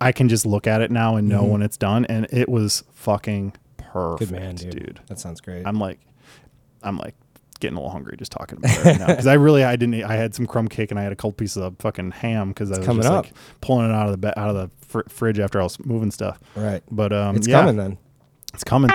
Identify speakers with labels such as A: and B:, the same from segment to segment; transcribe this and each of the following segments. A: I can just look at it now and know
B: Mhm.
A: when it's done, and it was fucking perfect,
B: Good man, dude.
A: dude.
B: That sounds great.
A: I'm like, I'm like getting a little hungry just talking about it right now because I really I didn't eat- I had some crumb cake and I had a couple pieces of fucking ham because I was
B: coming
A: just
B: up.
A: like pulling it out of the ba- out of the fr- fridge after I was moving stuff.
B: right.
A: But um,
B: It's
A: yeah,
B: coming then.
A: It's coming.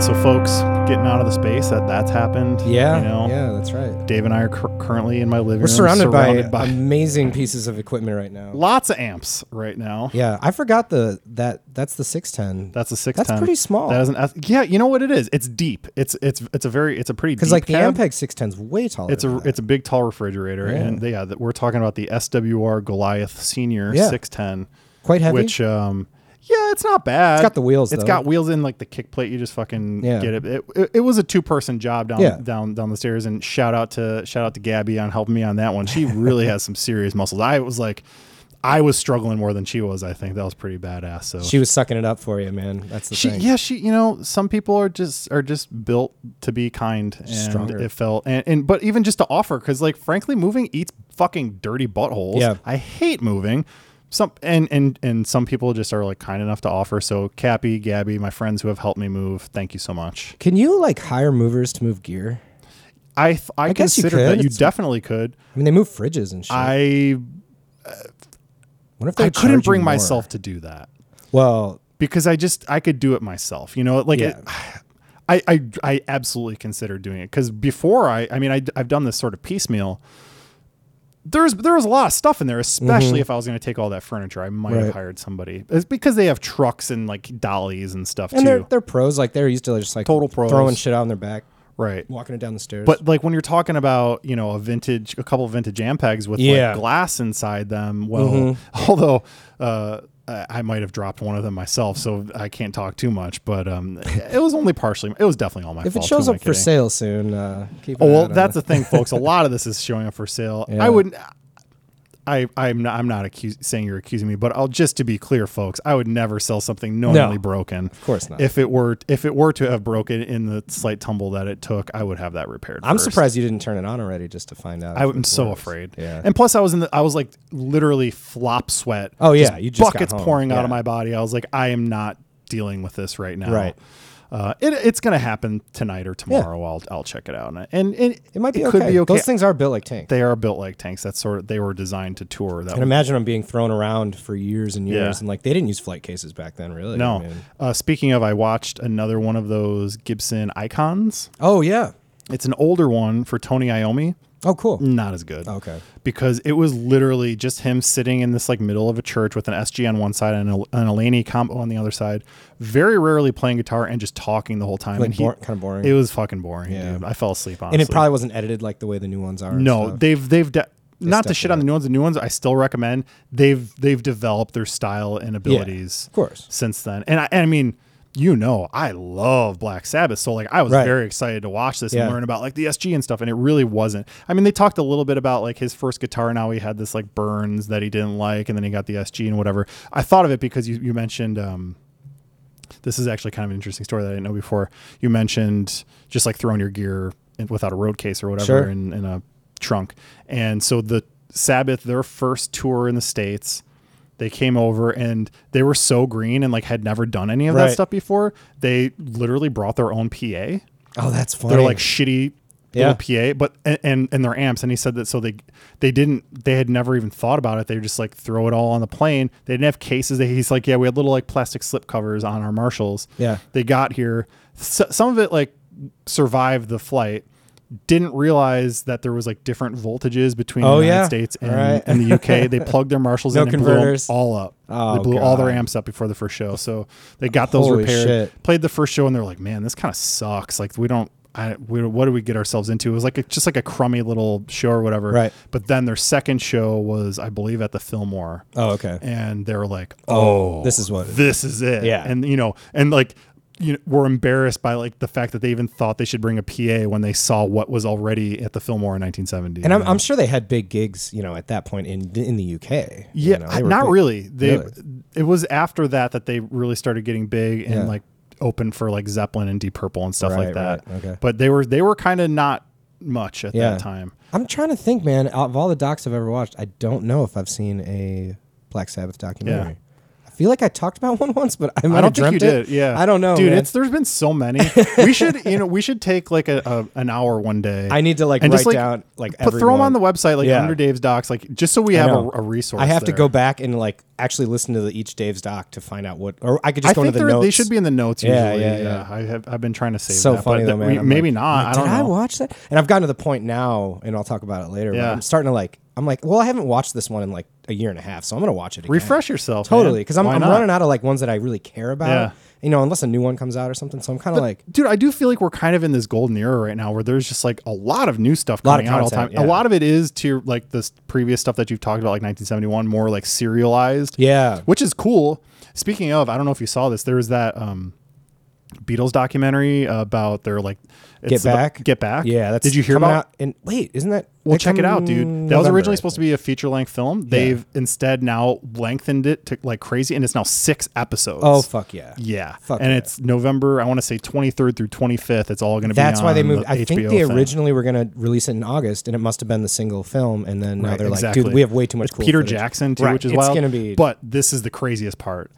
A: So, folks, getting out of the space that that's happened.
B: Yeah.
A: you know,
B: Yeah, that's right.
A: Dave and I are cur- currently in my living
B: We're
A: room,
B: surrounded, by, amazing pieces of equipment right now.
A: lots of amps right now.
B: Yeah, I forgot the that that's the 610.
A: That's a six.
B: That's pretty small.
A: That isn't. Yeah, you know what it is? It's deep. It's it's it's a very it's a pretty
B: Cuz
A: deep
B: like the
A: cab.
B: Ampeg 610 is way taller.
A: It's a
B: than that.
A: it's a big tall refrigerator, and they- yeah, that we're talking about the SWR Goliath Senior
B: Yeah.
A: six ten,
B: quite heavy.
A: which um, yeah, it's not bad. It's
B: got the wheels,
A: It's
B: though.
A: got wheels in like the kick plate. You just fucking
B: Yeah.
A: get it. It, it. it was a two person job down
B: Yeah.
A: down down the stairs, and shout out to shout out to Gabby on helping me on that one. She really has some serious muscles. I was like, I was struggling more than she was. I think that was pretty badass. So
B: she was sucking it up for you, man. That's the
A: uh, she,
B: thing.
A: yeah, she, you know, some people are just are just built to be kind, and
B: Stronger.
A: it felt and, and but even just to offer, because like frankly, moving eats fucking dirty buttholes.
B: Yeah.
A: I hate moving. Some and and and some people just are like kind enough to offer. So Cappy, Gabby, my friends who have helped me move, thank you so much.
B: Can you like hire movers to move gear?
A: I th- I,
B: guess you
A: considered
B: could.
A: that you
B: It's-
A: definitely could.
B: I mean, they move fridges and shit.
A: I
B: Wonder if they
A: I couldn't
B: would charge you
A: bring
B: more.
A: myself to do that.
B: Well,
A: because I just I could do it myself. You know, like
B: Yeah.
A: it, I, I I absolutely consider doing it because before I I mean I I've done this sort of piecemeal. There's there was a lot of stuff in there, especially if I was going to take all that furniture. I might
B: Mm-hmm. Right.
A: have hired somebody. It's because they have trucks and like dollies and stuff
B: and
A: too,
B: they're they're pros. Like they're used to just like
A: Total pros.
B: throwing shit out on their back,
A: right?
B: walking it down the stairs.
A: But like when you're talking about you know a vintage, a couple vintage Ampegs with
B: Yeah. Mm-hmm.
A: like glass inside them. Well, although uh, I I might have dropped one of them myself, so I can't talk too much. But um, it was only partially. It was definitely all my
B: if
A: fault.
B: it
A: who
B: shows
A: am I
B: up for
A: kidding?
B: sale soon, uh, keep.
A: Oh
B: an eye
A: well,
B: out on
A: that's
B: it.
A: the thing, folks. A lot of this is showing up for sale.
B: Yeah.
A: I wouldn't. I I'm not, I'm not accus- saying you're accusing me, but I'll just to be clear, folks. I would never sell something knowingly broken. Of
B: course not.
A: If it were if it were to have broken in the slight tumble that it took, I would have that repaired.
B: I'm
A: first.
B: surprised you didn't turn it on already just to find out.
A: I
B: if
A: am
B: it
A: so
B: works.
A: afraid.
B: Yeah.
A: And plus, I was in the, I was like literally flop sweat.
B: Oh, yeah, you just got
A: buckets
B: home.
A: pouring out
B: Yeah.
A: of my body. I was like, I am not dealing with this right now.
B: Right.
A: Uh, it, it's gonna happen tonight or tomorrow. I'll I'll check it out. And, and
B: it might be,
A: it
B: okay.
A: could be okay.
B: Those things are built like tanks.
A: they are built like tanks. That's sort of they were designed to tour. That
B: I can imagine them being thrown around for years and years,
A: Yeah.
B: and like they didn't use flight cases back then, really. I
A: no.
B: mean-
A: Uh, speaking of, I watched another one of those Gibson Icons.
B: Oh yeah.
A: It's an older one for Tony Iommi.
B: Oh cool.
A: Not as good.
B: Okay.
A: because it was literally just him sitting in this like middle of a church with an SG on one side and a, an Elaney combo on the other side, very rarely playing guitar and just talking the whole time.
B: Like
A: and he-
B: bor- kinda boring.
A: It was fucking boring,
B: Yeah.
A: dude. I fell asleep on.
B: And it probably wasn't edited like the way the new ones are. and
A: no.
B: stuff.
A: They've they've de- not to
B: stepped
A: shit
B: it
A: on the new ones. The new ones I still recommend. They've they've developed their style and abilities,
B: of course.
A: since then. And I and I mean. You know, I love Black Sabbath, so like I was
B: Right.
A: very excited to watch this
B: Yeah.
A: and learn about like the SG and stuff, and it really wasn't. I mean, they talked a little bit about like his first guitar and how he had this like Burns that he didn't like, and then he got the SG and whatever. I thought of it because you you mentioned um, this is actually kind of an interesting story that I didn't know before. You mentioned just like throwing your gear in, without a road case or whatever
B: Sure.
A: in, in a trunk. And so the Sabbath, their first tour in the States, they came over and they were so green and like had never done any of
B: Right.
A: that stuff before. They literally brought their own PA
B: Oh, that's funny.
A: they're like shitty
B: Yeah.
A: little PA, but and, and and their amps. And he said that so they they didn't they had never even thought about it. They were just like throw it all on the plane. They didn't have cases. They, he's like, yeah, we had little like plastic slip covers on our Marshalls.
B: Yeah.
A: they got here. S some of it like survived the flight. Didn't realize that there was like different voltages between
B: Oh,
A: the United
B: yeah.
A: States and,
B: Alright.
A: and the UK. They plugged their Marshalls
B: No
A: in and blew 'em
B: converters.
A: all up.
B: Oh,
A: they blew all their
B: God.
A: amps up before the first show. So they got those
B: Holy
A: repaired
B: shit.
A: played the first show and they're like, man, this kind of sucks. Like we don't, I, we, what do we get ourselves into? It was like a, just like a crummy little show or whatever.
B: Right.
A: But then their second show was, I believe, at the Fillmore,
B: Oh okay.
A: and they were like,
B: Oh, this is what.
A: this is it.
B: Yeah.
A: And you know, and like you know, were embarrassed by like the fact that they even thought they should bring a PA when they saw what was already at the Fillmore in 1970.
B: and I'm, I'm sure they had big gigs, you know, at that point in in the UK. you
A: Yeah,
B: know,
A: I-
B: they were
A: not
B: big.
A: really. They
B: Really?
A: it was after that that they really started getting big and
B: Yeah.
A: like open for like Zeppelin and Deep Purple and stuff like
B: Right,
A: that.
B: right, okay.
A: But they were they were kind of not much at
B: Yeah.
A: that time.
B: I'm trying to think, man. Out of all the docs I've ever watched, I don't know if I've seen a Black Sabbath documentary. I feel like I talked about one once, but I might
A: I
B: have
A: don't think you
B: dreamt it.
A: did. Yeah,
B: I don't know,
A: dude.
B: man.
A: It's there's been so many. we should you know we should take like a, a an hour one day.
B: I need to like
A: And
B: write
A: just, like,
B: down like
A: But throw them on
B: everyone.
A: the website like
B: Yeah.
A: under Dave's docs like just so we have a,
B: know.
A: a resource.
B: I have to
A: there.
B: go back and like actually listen to the, each Dave's doc to find out what, or I could just
A: I
B: go
A: think
B: into the
A: they're-
B: notes.
A: they should be in the notes. Usually.
B: Yeah,
A: Yeah,
B: yeah,
A: yeah,
B: yeah.
A: I have I've been trying to save.
B: so
A: that,
B: funny
A: but
B: though,
A: that-
B: man.
A: we-
B: I'm
A: maybe
B: like,
A: not.
B: I'm
A: I
B: like,
A: don't
B: Did
A: know.
B: I watch that? And I've gotten to the point now, and I'll talk about it later. But
A: Yeah.
B: I'm starting to like. I'm like, well, I haven't watched this one in like a year and a half, so I'm gonna watch it again.
A: Refresh yourself.
B: Totally, because I'm,
A: Why
B: I'm
A: not?
B: running out of like ones that I really care about.
A: Yeah.
B: You know, unless a new one comes out or something. So I'm kind of like,
A: dude, I do feel like we're kind of in this golden era right now where there's just like a lot of new stuff
B: Lot of
A: coming out all the time.
B: content, yeah.
A: A lot of it is to your, like this previous stuff that you've talked about, like 1971, more like serialized.
B: Yeah.
A: which is cool. Speaking of, I don't know if you saw this. There was that um, Beatles documentary about their like
B: get
A: it's about-
B: back,
A: Get Back.
B: Yeah, that's
A: did you hear
B: coming
A: about?
B: Out and wait, isn't that?
A: Well,
B: that
A: check it out,
B: come
A: dude. That was
B: November,
A: originally
B: I
A: supposed to
B: think.
A: be a feature length film. They've instead now lengthened it to like crazy, and it's now six episodes.
B: Oh fuck yeah.
A: Yeah,
B: Fuck
A: and
B: yeah.
A: it's November. I want to say 23rd through 25th. It's all going to be.
B: That's why they
A: on
B: moved.
A: the
B: I think
A: HBO
B: they
A: thing.
B: originally were going to release it in August, and it must have been the single film. And then now
A: Right,
B: they're
A: exactly.
B: like, dude, we have way too much
A: It's
B: cool
A: Peter
B: footage.
A: Jackson too,
B: Right,
A: which is
B: it's
A: wild.
B: going to be.
A: But this is the craziest part.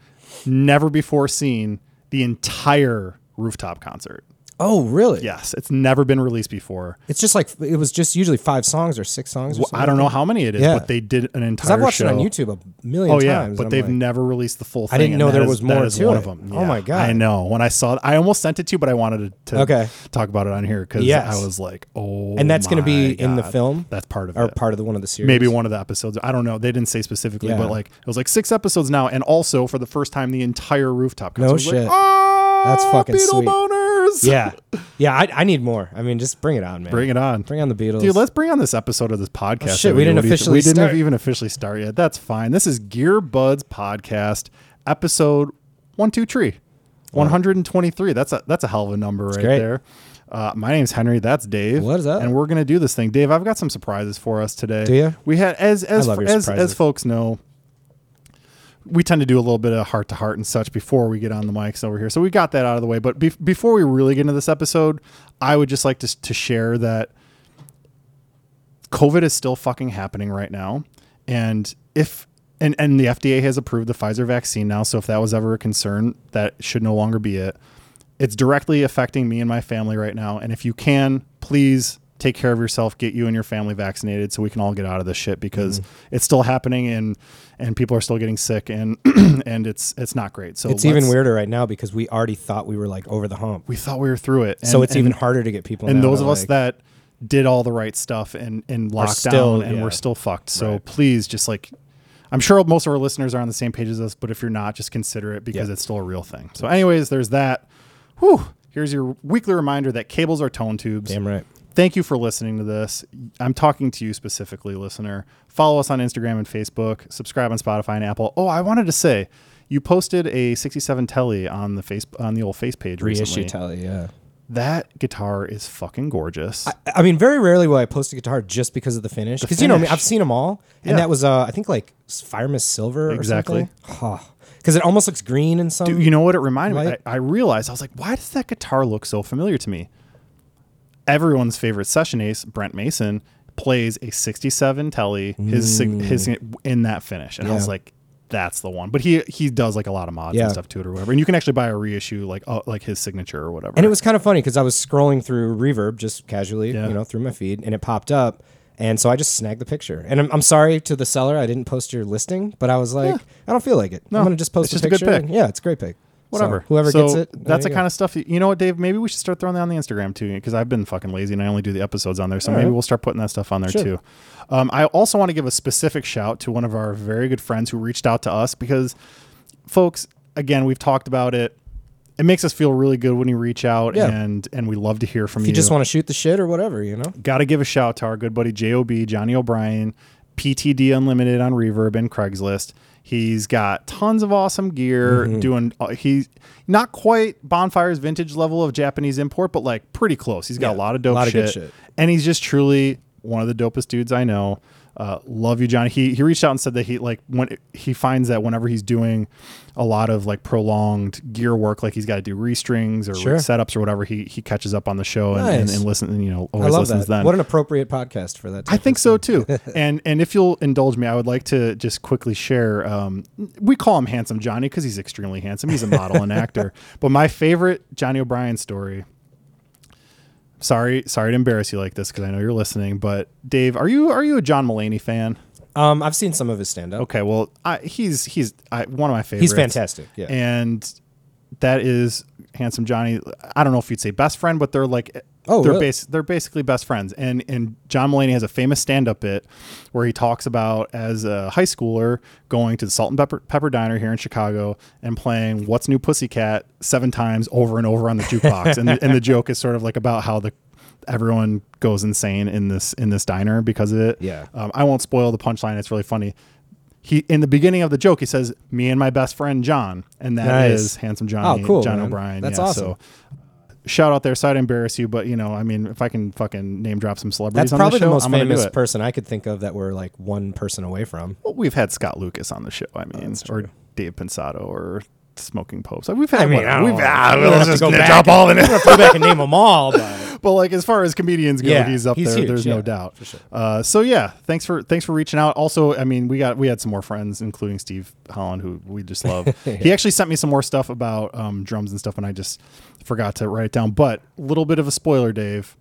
A: Never before seen the entire rooftop concert.
B: oh, really?
A: Yes, it's never been released before.
B: It's just like it was just usually five songs or six songs. Or
A: Well,
B: something.
A: I don't know how many it is,
B: Yeah.
A: but they did an
B: Because
A: entire
B: I've watched
A: show.
B: it on YouTube a million
A: Oh
B: times.
A: yeah,
B: and
A: but
B: I'm
A: they've
B: like,
A: never released the full thing.
B: didn't
A: and
B: know
A: that
B: there
A: is-
B: was
A: that
B: more
A: is
B: to
A: one
B: it.
A: of them.
B: Oh my God.
A: I know. When I saw, I almost sent it to you, but I wanted to
B: Okay.
A: talk about it on here because
B: Yes.
A: I was like, oh,
B: And that's gonna be
A: my
B: in the
A: God.
B: film?
A: That's part of
B: Or
A: it.
B: part of the one of the series.
A: Maybe one of the episodes. I don't know. They didn't say specifically,
B: Yeah.
A: but like it was like six episodes now, and also for the first time, the entire rooftop. Concert.
B: No
A: was like,
B: shit.
A: "Ah,
B: That's fucking
A: Beetle
B: sweet."
A: boners.
B: Yeah, yeah. I, I need more. I mean, just bring it on, man.
A: bring it on.
B: Bring on the Beatles. Oh,
A: Dude, let's bring on this episode of this podcast.
B: shit,
A: that
B: we didn't
A: do. What do you th-
B: officially
A: we didn't
B: start.
A: even officially start yet. That's fine. This is Gear Buds podcast episode one two three. 123. That's a that's a hell of a number right
B: great.
A: there. Uh, my name's Henry. That's Dave.
B: What is up?
A: And we're gonna do this thing, Dave. I've got some surprises for us today.
B: Do ya?
A: We had as as
B: love your
A: as,
B: surprises.
A: as folks know, we tend to do a little bit of heart to heart and such before we get on the mics over here. So we got that out of the way. But be- before we really get into this episode, I would just like to, to share that COVID is still fucking happening right now. And if and, and the FDA has approved the Pfizer vaccine now, so if that was ever a concern, that should no longer be it. It's directly affecting me and my family right now. And if you can, please take care of yourself, get you and your family vaccinated so we can all get out of this shit because
B: Mm-hmm.
A: it's still happening and and people are still getting sick and and it's it's not great. So
B: it's even
A: let's-
B: weirder right now because we already thought we were like over the hump.
A: we thought we were through it.
B: so
A: And-
B: it's even
A: and-
B: harder to get people.
A: and
B: now
A: those
B: to,
A: of us
B: like-
A: that did all the right stuff and in lockdown
B: still-
A: and
B: yeah.
A: we're still fucked so please just like i'm sure most of our listeners are on the same page as us but if you're not just consider it because
B: Yeah.
A: it's still a real thing so anyways there's that Whew. here's your weekly reminder that cables are tone tubes
B: damn right.
A: Thank you for listening to this. I'm talking to you specifically, listener. Follow us on Instagram and Facebook. Subscribe on Spotify and Apple. Oh, I wanted to say, you posted a 67 Telly on the face on the old face page recently.
B: Reissue tally. Yeah.
A: that guitar is fucking gorgeous.
B: I mean, very rarely will I post a guitar just because of the finish. Because you know me,
A: finish.
B: I've seen them all, and
A: Yeah.
B: that was uh, I think like S- Fire Miss Silver.
A: Exactly.
B: Because it almost looks green in some.
A: Dude, you know what it reminded me?
B: Like-
A: I, I realized I was like, why does that guitar look so familiar to me? Everyone's favorite session ace, Brent Mason, plays a '67 Telly. His sig- his in that finish, and I was
B: Mm. Yeah.
A: like, that's the one. But he he does like a lot of mods
B: Yeah.
A: and stuff to it or whatever. And you can actually buy a reissue like uh, like his signature or whatever.
B: and it was kind of funny because I was scrolling through Reverb just casually,
A: Yeah.
B: you know, through my feed, and it popped up, and so I just snagged the picture. And I'm, I'm sorry to the seller, I didn't post your listing, but I was like, I don't feel like it. I'm gonna just post
A: it's just
B: a
A: a good
B: picture.
A: pick.
B: and- yeah, it's a great pick.
A: whatever.
B: So whoever
A: So
B: gets it, there
A: that's
B: you
A: the
B: go.
A: kind of stuff. You know what, Dave? Maybe we should start throwing that on the Instagram too, because I've been fucking lazy and I only do the episodes on there. So maybe
B: right.
A: we'll start putting that stuff on there too. Um, I also want to give a specific shout to one of our very good friends who reached out to us because, folks, again, we've talked about it. It makes us feel really good when you reach out,
B: Yeah.
A: and and we love to hear from
B: If you just want to shoot the shit or whatever, you know.
A: Got to give a shout to our good buddy JOB, Johnny O'Brien, PTD Unlimited on Reverb and Craigslist. He's got tons of awesome gear, doing, uh, he's not quite Bonfire's vintage level of Japanese import, but like pretty close. He's got a lot of dope
B: lot of
A: shit,
B: good shit.
A: And he's just truly one of the dopest dudes I know. Uh, love you, Johnny. He he reached out and said that he like when he finds that whenever he's doing a lot of like prolonged gear work, like he's got to do restrings or
B: Sure.
A: setups or whatever, he he catches up on the show and, and,
B: Nice.
A: and listen and you know
B: I
A: always
B: love that.
A: listens then.
B: What an appropriate podcast for that.
A: I think so too. and and if you'll indulge me, I would like to just quickly share. Um, we call him Handsome Johnny because he's extremely handsome. He's a model and actor. But my favorite Johnny O'Brien story. Sorry, sorry to embarrass you like this because I know you're listening. But Dave, are you are you a John Mulaney fan?
B: Um, I've seen some of his stand up.
A: Okay, well, I, he's he's I, one of my favorites.
B: He's fantastic. Yeah.
A: And that is handsome Johnny. I don't know if you'd say best friend, but they're like
B: Oh,
A: they're
B: really?
A: bas- they're basically best friends. And and John Mulaney has a famous stand up bit where he talks about as a high schooler going to the Salt and Pepper, Pepper Diner here in Chicago and playing What's New Pussycat seven times over and over on the jukebox. and the, and the joke is sort of like about how the everyone goes insane in this in this diner because of it.
B: Yeah.
A: Um, I won't spoil the punchline. It's really funny. He in the beginning of the joke, he says, "Me and my best friend John," and that is
B: Nice.
A: handsome Johnny,
B: Oh, cool,
A: John
B: man.
A: O'Brien.
B: That's
A: yeah,
B: awesome.
A: So, shout out there. Sorry to embarrass you, but you know, I mean, if I can fucking name drop some celebrities,
B: That's
A: on
B: probably
A: this show,
B: the most
A: I'm gonna do
B: famous
A: it.
B: person I could think of that we're like one person away from.
A: Well, we've had Scott Lucas on the show. I mean, or Dave Pensado, or Smoking Popes. Like, We've had.
B: I mean,
A: whatever.
B: I don't
A: we've
B: know.
A: ah,
B: We don't
A: we'll
B: have to
A: just
B: go
A: name
B: back
A: drop all the
B: I'm gonna go back and name them all, but
A: but like as far as comedians go,
B: Yeah,
A: he's up
B: he's
A: there.
B: huge,
A: There's no
B: yeah,
A: doubt.
B: for sure.
A: Uh, so yeah, thanks for thanks for reaching out. Also, I mean, we got we had some more friends, including Steve Holland, who we just love. He actually sent me some more stuff about um, drums and stuff, and I just forgot to write it down. But little bit of a spoiler, Dave.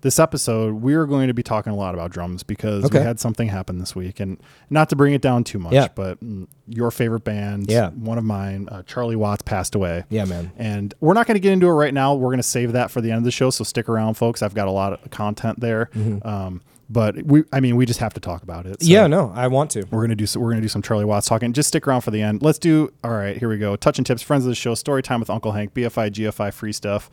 A: This episode, we are going to be talking a lot about drums because
B: Okay.
A: we had something happen this week, and not to bring it down too much,
B: Yeah.
A: but mm, your favorite band,
B: Yeah.
A: one of mine, uh, Charlie Watts passed away.
B: Yeah, man.
A: And we're not going to get into it right now. We're going to save that for the end of the show. So stick around, folks. I've got a lot of content there. Um, but we, I mean, we just have to talk about it. So
B: yeah, no, I want to.
A: We're gonna do so, we're gonna do some Charlie Watts talking. Just stick around for the end. Let's do all right. Here we go. Touch and tips, friends of the show, story time with Uncle Hank, BFI, GFI, free stuff.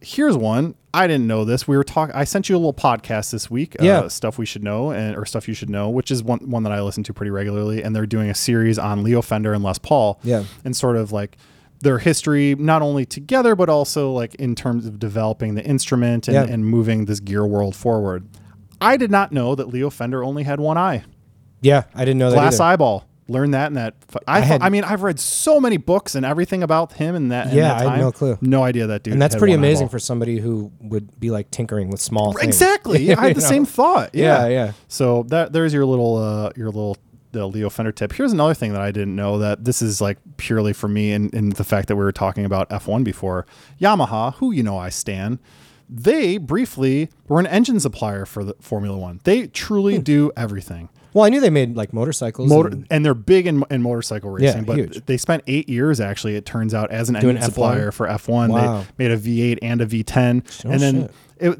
A: Here's one. I didn't know this. We were talking. I sent you a little podcast this week. uh,
B: Yeah.
A: stuff we should know and or stuff you should know, which is one one that I listen to pretty regularly. And they're doing a series on Leo Fender and Les Paul
B: Yeah.
A: and sort of like their history not only together but also like in terms of developing the instrument and,
B: Yeah.
A: and moving this gear world forward i did not know that leo fender only had one eye
B: Yeah, I didn't know that.
A: glass
B: either.
A: eyeball learned that in that fu- i, thought-
B: had-
A: I mean i've read so many books and everything about him and that in
B: Yeah,
A: that
B: I had
A: time.
B: no clue.
A: no idea that dude
B: and that's
A: had
B: pretty
A: one
B: amazing
A: eyeball.
B: for somebody who would be like tinkering with small things.
A: exactly i
B: You
A: had the
B: know?
A: same thought
B: Yeah,
A: yeah
B: yeah.
A: so that there's your little uh your little the Leo Fender tip. Here's another thing that I didn't know that this is like purely for me and, and the fact that we were talking about F1 before. Yamaha, who you know I stan, they briefly were an engine supplier for the Formula One. They
B: Hmm.
A: truly do everything.
B: Well, I knew they made like motorcycles.
A: Motor,
B: and-
A: and they're big in, in motorcycle racing, but
B: huge.
A: they spent eight years actually, it turns out, as an
B: Doing
A: engine
B: F1?
A: supplier for F1.
B: Wow.
A: They made a V8 and a V10. and then it,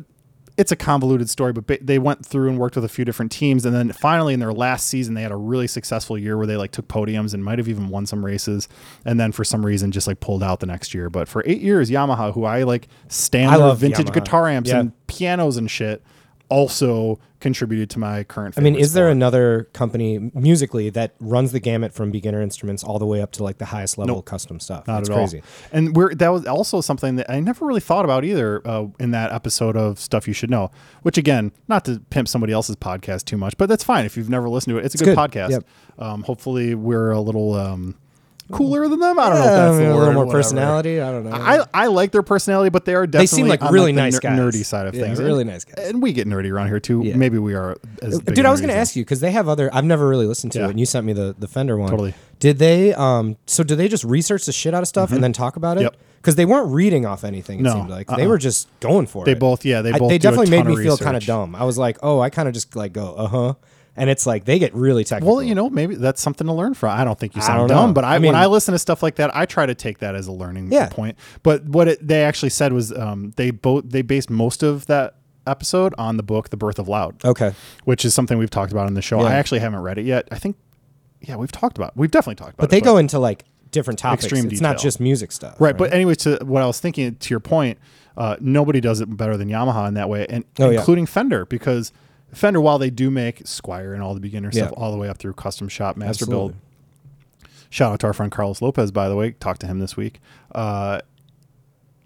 A: it's a convoluted story, but ba- they went through and worked with a few different teams. And then finally, in their last season, they had a really successful year where they like took podiums and might have even won some races. And then for some reason, just like pulled out the next year. But for eight years, Yamaha, who I like stand
B: I
A: their
B: love
A: vintage
B: Yamaha.
A: guitar amps
B: Yeah.
A: and pianos and shit, also contributed to my current.
B: I mean, is there another company musically that runs the gamut from beginner instruments all the way up to like the highest level custom stuff?
A: Not
B: That's
A: at
B: crazy.
A: all. And we're that was also something that I never really thought about either uh, in that episode of Stuff You Should Know. Which again, not to pimp somebody else's podcast too much, but that's fine if you've never listened to it. It's a good,
B: good.
A: podcast.
B: Yep.
A: Um, hopefully, we're a little um, cooler than them. I don't know. If
B: Yeah,
A: that's
B: I mean,
A: the
B: Uh, a
A: word,
B: little more
A: whatever.
B: personality. I don't know.
A: I, I like their personality, but they are definitely
B: they seem like
A: on,
B: really
A: the
B: nice
A: ner-
B: guys.
A: nerdy side of
B: Yeah,
A: things.
B: Really
A: And-
B: nice guys.
A: And we get nerdy around here too.
B: Yeah. Uh,
A: Maybe we are. As big
B: Dude, I was
A: nerds
B: going to
A: as-
B: ask you because they have other. I've never really listened to
A: Yeah.
B: it, and you sent me the the Fender one.
A: Totally.
B: Did they? Um. So do they just research the shit out of stuff and then talk about it?
A: Mm-hmm. Yep.
B: Because they weren't reading off anything. It
A: No,
B: seemed like they
A: uh-uh.
B: were just going for
A: They
B: it.
A: both- yeah, they
B: I-
A: both
B: They
A: do a
B: definitely made
A: ton
B: me
A: of
B: feel kind of
A: research.
B: dumb. I was like, oh, I kind of just like go, uh huh, and it's like they get really technical.
A: Well, you know, maybe that's something to learn from. I don't think you sound
B: don't know.
A: dumb, but I,
B: I mean-
A: when I listen to stuff like that, I try to take that as a learning
B: Yeah.
A: point. But what it, they actually said was um, they both they based most of that episode on the book The Birth of Loud,
B: Okay.
A: which is something we've talked about on the show.
B: Oh. Yeah.
A: I actually haven't read it yet. I think yeah, we've talked about we've definitely talked about
B: But
A: it.
B: they go into like different topics.
A: Extreme
B: it's not
A: detail.
B: just music stuff.
A: Right, but anyways, to what I was thinking, to your point, uh, nobody does it better than Yamaha in that way, and
B: Oh, yeah.
A: including Fender, because Fender, while they do make Squire and all the beginner stuff,
B: Yeah.
A: all the way up through custom shop, master
B: Absolutely.
A: build. Shout out to our friend Carlos Lopez, by the way. Talked to him this week. Uh,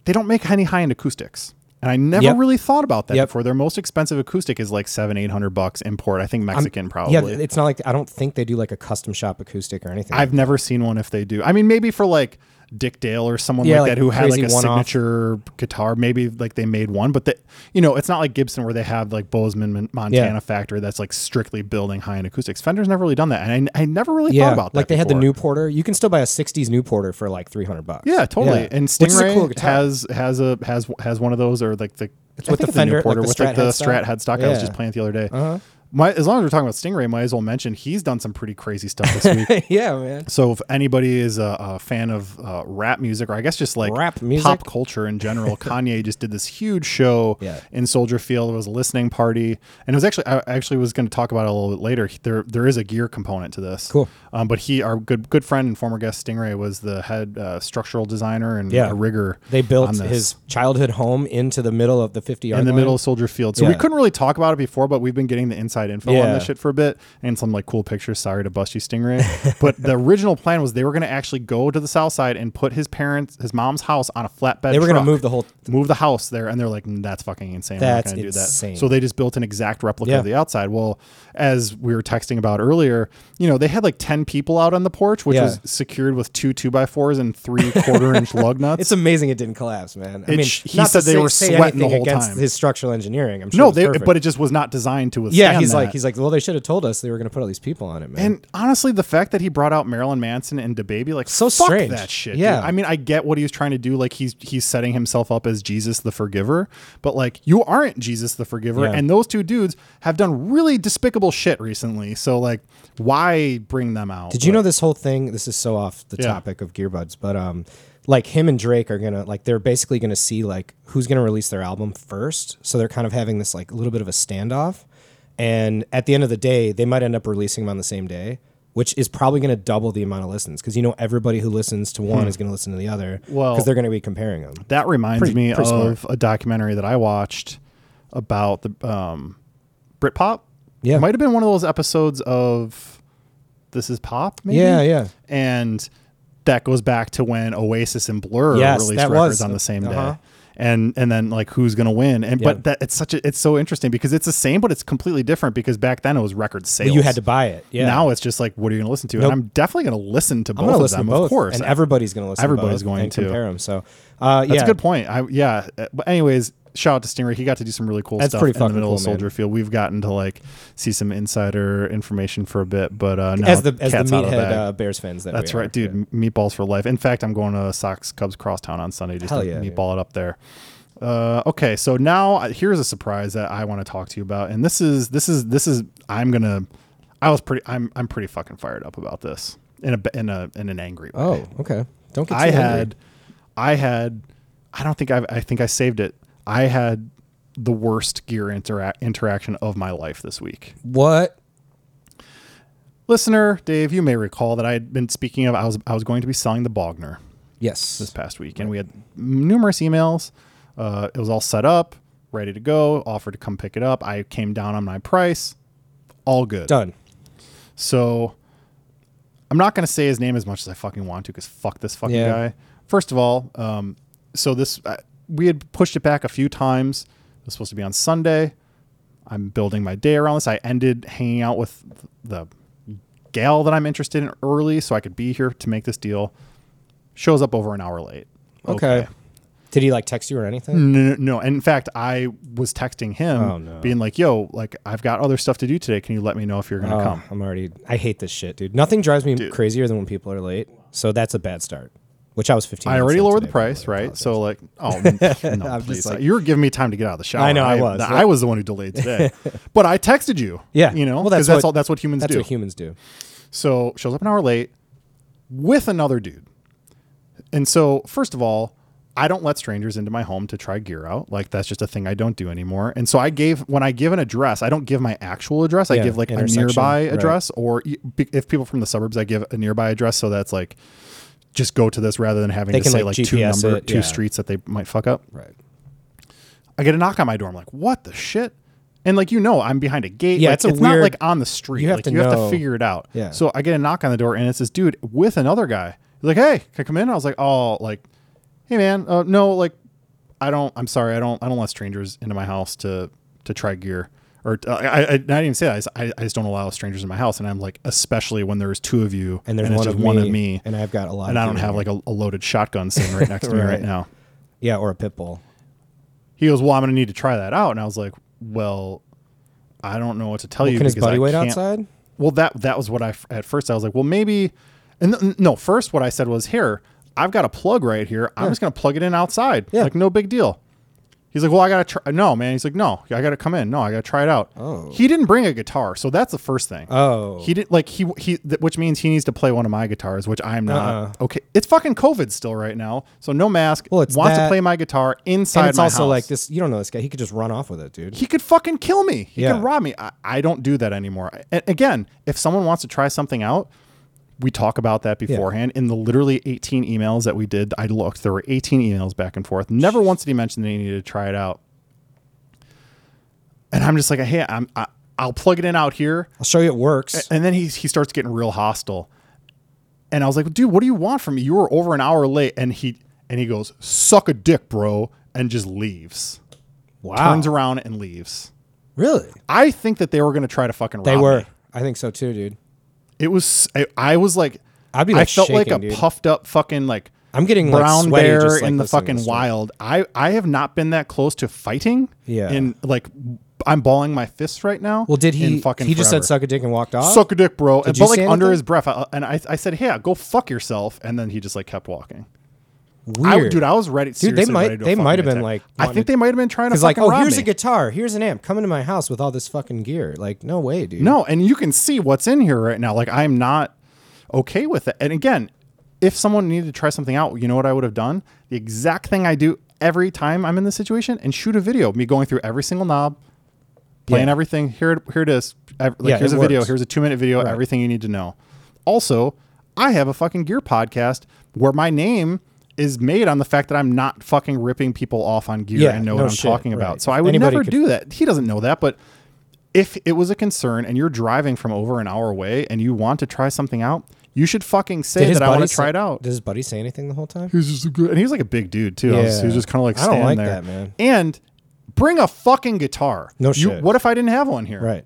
A: they don't make any high end acoustics. And I never
B: Yep.
A: really thought about that
B: Yep.
A: before. Their most expensive acoustic is like seven, eight hundred bucks import. I think Mexican probably.
B: Yeah, it's not like I don't think they do like a custom shop acoustic or anything.
A: I've never seen one if they do. I mean, maybe for like Dick Dale or someone like,
B: Yeah, like
A: that who had like
B: crazy
A: a
B: one-off.
A: signature guitar. Maybe like they made one, but that you know, it's not like Gibson where they have like Bozeman Mon- Montana factory that's like strictly building high end acoustics. Fender's never really done that, and I, I never really
B: yeah,
A: thought about that.
B: like they had the
A: before.
B: new Porter. You can still buy a '60s new Porter for like 300 bucks.
A: Yeah, totally.
B: Yeah.
A: And
B: Which is a
A: Stingray
B: cool guitar.
A: has has a has has one of those or like the it's
B: with the Fender,
A: Porter
B: like the
A: with like
B: Strat
A: the Strat
B: headstock.
A: headstock. I was
B: Yeah. Uh-huh.
A: just playing it the other day. My, as long as we're talking about Stingray, might as well mention he's done some pretty crazy stuff this week.
B: yeah, man.
A: So if anybody is a, a fan of uh, rap music, or I guess just like
B: Rap music?
A: pop culture in general, Kanye just did this huge show
B: Yeah.
A: in Soldier Field. It was a listening party, and it was actually I actually was going to talk about it a little bit later. There there is a gear component to this.
B: Cool.
A: Um, but he, our good good friend and former guest Stingray, was the head uh, structural designer and
B: Yeah.
A: a rigger.
B: They
A: on
B: built
A: this
B: his childhood home into the middle of the 50 yard
A: in the
B: line.
A: middle of Soldier Field. So we
B: Yeah.
A: couldn't really talk about it before, but we've been getting the inside info on
B: Yeah.
A: this shit for a bit and some like cool pictures. Sorry to bust you, Stingray. but the original plan was they were going to actually go to the south side and put his parents, his mom's house on a flatbed.
B: They were going
A: truck,
B: to move the whole.
A: move the house there, and they're like, "Mm, that's fucking insane. We're not
B: That's
A: going to do that.
B: insane.
A: So they just built an exact replica
B: Yeah.
A: of the outside. Well, as we were texting about earlier, you know, they had like ten people out on the porch, which
B: Yeah.
A: was secured with two two by fours and three quarter inch lug nuts.
B: It's amazing it didn't collapse, man. I
A: It
B: mean,
A: sh- he
B: not
A: said
B: to
A: they
B: say,
A: were
B: say
A: sweating the
B: anything
A: whole
B: against
A: time.
B: His structural engineering, I'm sure.
A: no,
B: it was
A: they,
B: perfect.
A: but it just was not designed to withstand.
B: yeah, he's like,
A: that.
B: he's like, well, they should have told us they were going to put all these people on it, man.
A: And honestly, the fact that he brought out Marilyn Manson and DeBaby, like,
B: So
A: fuck
B: strange.
A: that shit.
B: Yeah.
A: dude. I mean, I get what he was trying to do. Like, he's he's setting himself up as Jesus the Forgiver, but like, you aren't Jesus the Forgiver,
B: Yeah.
A: and those two dudes have done really despicable shit recently. So like, why bring them out?
B: Did you know this whole thing? This is so off the
A: Yeah.
B: topic of Gearbuds, but um, like him and Drake are gonna like they're basically gonna see like who's gonna release their album first. So they're kind of having this like little bit of a standoff, and at the end of the day, they might end up releasing them on the same day, which is probably gonna double the amount of listens because you know everybody who listens to one is gonna listen to the other.
A: Hmm. Well-
B: because they're gonna be comparing them.
A: That reminds
B: Pretty-
A: me
B: pretty smart.
A: of a documentary that I watched about the um, Britpop.
B: Yeah.
A: It might have been one of those episodes of This Is Pop. Maybe?
B: Yeah, yeah.
A: and that goes back to when Oasis and Blur
B: Yes,
A: released
B: that
A: records
B: was-
A: on the same
B: uh-huh.
A: day. And and then like who's gonna win? And
B: Yeah.
A: but that it's such a it's so interesting because it's the same but it's completely different because back then it was record sales.
B: You had to buy it. Yeah,
A: Now it's just like what are you gonna listen to?
B: Nope.
A: And I'm definitely gonna listen to
B: I'm
A: both
B: gonna
A: of
B: listen
A: them,
B: to both,
A: of course.
B: and everybody's gonna listen.
A: Everybody's
B: to both
A: going
B: and
A: to.
B: compare them. So, uh,
A: That's
B: yeah,
A: a good point. I yeah. Uh, But anyways, shout out to Stingray. He got to do some really cool
B: That's
A: stuff
B: pretty
A: in the
B: fucking
A: middle of
B: cool, man.
A: Soldier Field. We've gotten to like see some insider information for a bit, but uh now
B: As the as the
A: cat's out of
B: meathead
A: bag.
B: uh, Bears fans that
A: That's
B: we are.
A: right, dude. M- Meatballs for life. In fact, I'm going to Sox Cubs crosstown on Sunday just
B: Hell
A: to
B: yeah, dude.
A: meatball it up there. Uh, okay, so now uh, here's a surprise that I want to talk to you about, and this is this is this is I'm gonna. I was pretty. I'm I'm pretty fucking fired up about this in a b- in a in an angry way.
B: Oh, okay. Don't get. Too
A: I
B: angry.
A: had, I had, I don't think I. I think I saved it. I had the worst gear intera- interaction of my life this week.
B: what?
A: Listener Dave, you may recall that I had been speaking of. I was I was going to be selling the Bogner. this
B: Yes.
A: past week, and we had numerous emails. Uh, it was all set up, ready to go. Offered to come pick it up. I came down on my price. All good.
B: Done.
A: So I'm not going to say his name as much as I fucking want to because fuck this fucking
B: Yeah.
A: guy. First of all, um, so this I we had pushed it back a few times. It was supposed to be on Sunday. I'm building my day around this. I ended hanging out with the gal that I'm interested in early so I could be here to make this deal. Shows up over an hour late.
B: Okay. Did he like text you or anything?
A: No, no, no. And in fact, I was texting him,
B: Oh, no.
A: being like, "Yo, like I've got other stuff to do today. Can you let me know if you're gonna
B: Oh,
A: come?"
B: I'm already. I hate this shit, dude. Nothing drives me crazier than when people are late. So that's a bad start. Which I was 15.
A: I
B: minutes
A: already
B: late
A: lowered the
B: today,
A: price,
B: by way.
A: right? So like, oh no,
B: just
A: please.
B: like-
A: you were giving me time to get out of the shower.
B: I know, I was.
A: th- I was the one who delayed today, but I texted you.
B: Yeah.
A: you know,
B: Well,
A: because
B: that's
A: that's,
B: what-
A: all that's what humans
B: That's
A: do.
B: what humans do.
A: so shows up an hour late with another dude, and so first of all. I don't let strangers into my home to try gear out. Like that's just a thing I don't do anymore. And so I gave when I give an address, I don't give my actual address. I
B: Yeah,
A: give like a
B: intersection,
A: nearby
B: right.
A: address, or e- be- if people from the suburbs, I give a nearby address. So that's like just go to this rather than having
B: They
A: to
B: can,
A: say like,
B: like,
A: two
B: GPS
A: number
B: it,
A: two
B: yeah.
A: streets that they might fuck up.
B: Right.
A: I get a knock on my door. I'm like, what the shit? And like you know, I'm behind a gate.
B: Yeah,
A: like,
B: it's a
A: not
B: weird-
A: like on the street.
B: you have
A: like,
B: to
A: you have to
B: know.
A: figure it out.
B: Yeah.
A: So I get a knock on the door, and it's this dude with another guy. He's like, hey, can I come in? I was like, oh, like, hey man, uh, no, like, I don't. I'm sorry. I don't. I don't let strangers into my house to to try gear. Or uh, I, I, I didn't even say that. I s- I, I just don't allow strangers in my house. And I'm like, especially when there's two of you
B: and there's
A: it's
B: one,
A: just
B: of,
A: one
B: me,
A: of me,
B: and I've got a lot.
A: and
B: of
A: I don't
B: gear.
A: have like a, a loaded shotgun sitting right next to me right
B: Right.
A: now.
B: yeah, or a pit bull.
A: He goes, well, I'm going to need to try that out. And I was like, well, I don't know what to tell you
B: Can his
A: because
B: buddy
A: I
B: wait
A: can't-
B: outside?
A: Well, that that was what I at first I was like, well, maybe, and th- no, first what I said was, here, I've got a plug right here. I'm just gonna plug it in outside.
B: Yeah.
A: like no big deal. He's like, well, I gotta try. No, man. He's like, no, I gotta come in. No, I gotta try it out.
B: Oh.
A: He didn't bring a guitar, so that's the first thing.
B: Oh,
A: He didn't like he he, th- which means he needs to play one of my guitars, which I'm not
B: Uh-uh.
A: okay. It's fucking COVID still right now, so no mask.
B: Well, it's
A: wants to
B: that-
A: play my guitar inside.
B: and it's
A: my
B: also
A: house
B: like this. You don't know this guy. He could just run off with it, dude.
A: he could fucking kill me. He
B: Yeah.
A: could rob me. I, I don't do that anymore. And again, if someone wants to try something out, we talk about that beforehand. In the literally 18 emails that we did, I looked, there were 18 emails back and forth. Never once did he mention that he needed to try it out. And I'm just like, hey, I'm, I, I'll plug it in out here.
B: I'll show you it works.
A: And then he, he starts getting real hostile. And I was like, dude, what do you want from me? You were over an hour late. And he, and he goes, suck a dick, bro. And just leaves,
B: wow,
A: turns around and leaves.
B: really?
A: I think that they were going to try to fucking.
B: They
A: rob
B: were.
A: me.
B: I think so too, dude.
A: It was. I, I was like.
B: I'd be,
A: I
B: like,
A: felt like a
B: shaking, dude.
A: puffed up fucking like.
B: I'm getting, like,
A: brown
B: sweaty
A: bear
B: just, like,
A: in the
B: listening to
A: fucking
B: this story.
A: wild. I I have not been that close to fighting.
B: Yeah.
A: In like, I'm balling my fists right now.
B: Well, did he?
A: in fucking
B: he just
A: forever.
B: said suck a dick and walked off.
A: Suck a dick, bro. And,
B: you
A: but like
B: say
A: under
B: anything?
A: his breath, I, and I, I said, "Hey, go fuck yourself," and then he just like kept walking.
B: Weird.
A: I, dude, I was ready.
B: they
A: seriously
B: might-
A: ready to a
B: they
A: fucking
B: might have been,
A: attack.
B: like,
A: I
B: wanting
A: think
B: to-
A: they might have been trying to
B: Because
A: fucking
B: like, oh,
A: rob
B: here's
A: me.
B: a guitar, here's an amp, come into my house with all this fucking gear. Like, no way, dude.
A: No, and you can see what's in here right now. Like I'm not okay with it. And again, if someone needed to try something out, you know what I would have done? The exact thing I do every time I'm in this situation and shoot a video of me going through every single knob, playing
B: Yeah.
A: everything. Here, it- here it is. Ev- Like,
B: Yeah,
A: here's
B: it
A: a video.
B: works.
A: Here's a two minute video. Everything you need to know. Also, I have a fucking gear podcast where my name is made on the fact that I'm not fucking ripping people off on gear
B: Yeah,
A: and know
B: no
A: what I'm
B: shit,
A: talking about.
B: right.
A: So I would
B: Anybody
A: never
B: could-
A: do that. He doesn't know that, but if it was a concern and you're driving from over an hour away and you want to try something out, you should fucking
B: Did
A: say
B: his
A: that I
B: buddy
A: want to
B: say-
A: try it out.
B: Did his buddy say anything the whole time?
A: He was just a good, and he was like a big dude too. I was- he
B: Yeah.
A: was just kind of like
B: I don't
A: standing
B: like
A: there.
B: that, man.
A: And bring a fucking guitar.
B: No
A: You-
B: shit.
A: What if I didn't have one here?
B: Right.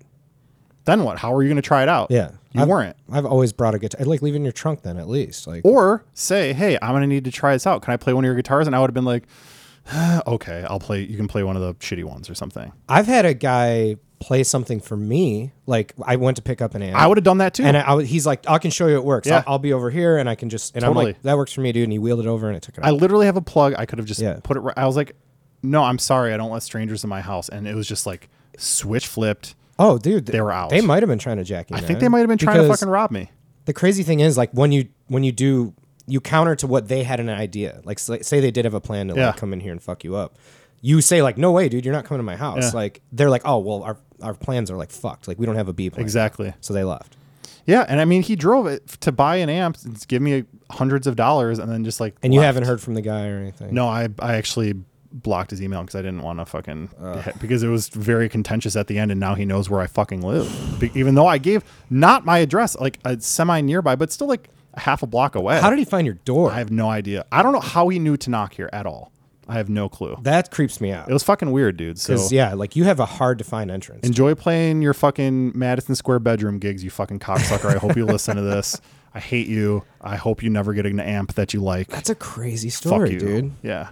A: Then what? How are you going to try it out?
B: Yeah.
A: you
B: I've-
A: weren't.
B: I've always brought a guitar. I'd like leave it in your trunk then, at least. Like,
A: Or say, hey, I'm going to need to try this out. Can I play one of your guitars? And I would have been like, okay, I'll play. You can play one of the shitty ones or something.
B: I've had a guy play something for me. Like, I went to pick up an amp.
A: I would have done that too.
B: and I, I, was- he's like, I can show you it works.
A: Yeah.
B: I'll, I'll be over here, and I can just. And I'm
A: Totally.
B: like, that works for me, dude. And he wheeled it over, and I took it.
A: I
B: Out.
A: literally have a plug. I could have just
B: Yeah.
A: put it. Right. I was like, no, I'm sorry. I don't let strangers in my house. And it was just like switch flipped.
B: oh, dude, they
A: were out.
B: They might have been trying to jack you.
A: I think they might have been trying to fucking rob me.
B: the crazy thing is like when you when you do you counter to what they had an idea like s- say they did have a plan to
A: Yeah.
B: like come in here and fuck you up you say like no way dude you're not coming to my house
A: Yeah.
B: like they're like oh well our our plans are like fucked like we don't have a b plan
A: Exactly.
B: so they left
A: Yeah. And I mean, he drove it to buy an amp, and give me hundreds of dollars, and then just like.
B: and you
A: left.
B: haven't heard from the guy or anything
A: No, I I actually blocked his email because I didn't want to fucking because it was very contentious at the end, and now he knows where I fucking live, Be- even though I gave not my address, like a semi nearby, but still like half a block away.
B: how did he find your door
A: I have no idea. I don't know how he knew to knock here at all. I have no clue.
B: that creeps me out
A: It was fucking weird, dude. So
B: 'Cause, yeah like you have a hard to find entrance
A: enjoy playing your fucking Madison Square bedroom gigs, you fucking cocksucker. I hope you listen to this. I hate you. I hope you never get an amp that you like.
B: that's a crazy
A: Fuck
B: story
A: you,
B: dude
A: Yeah.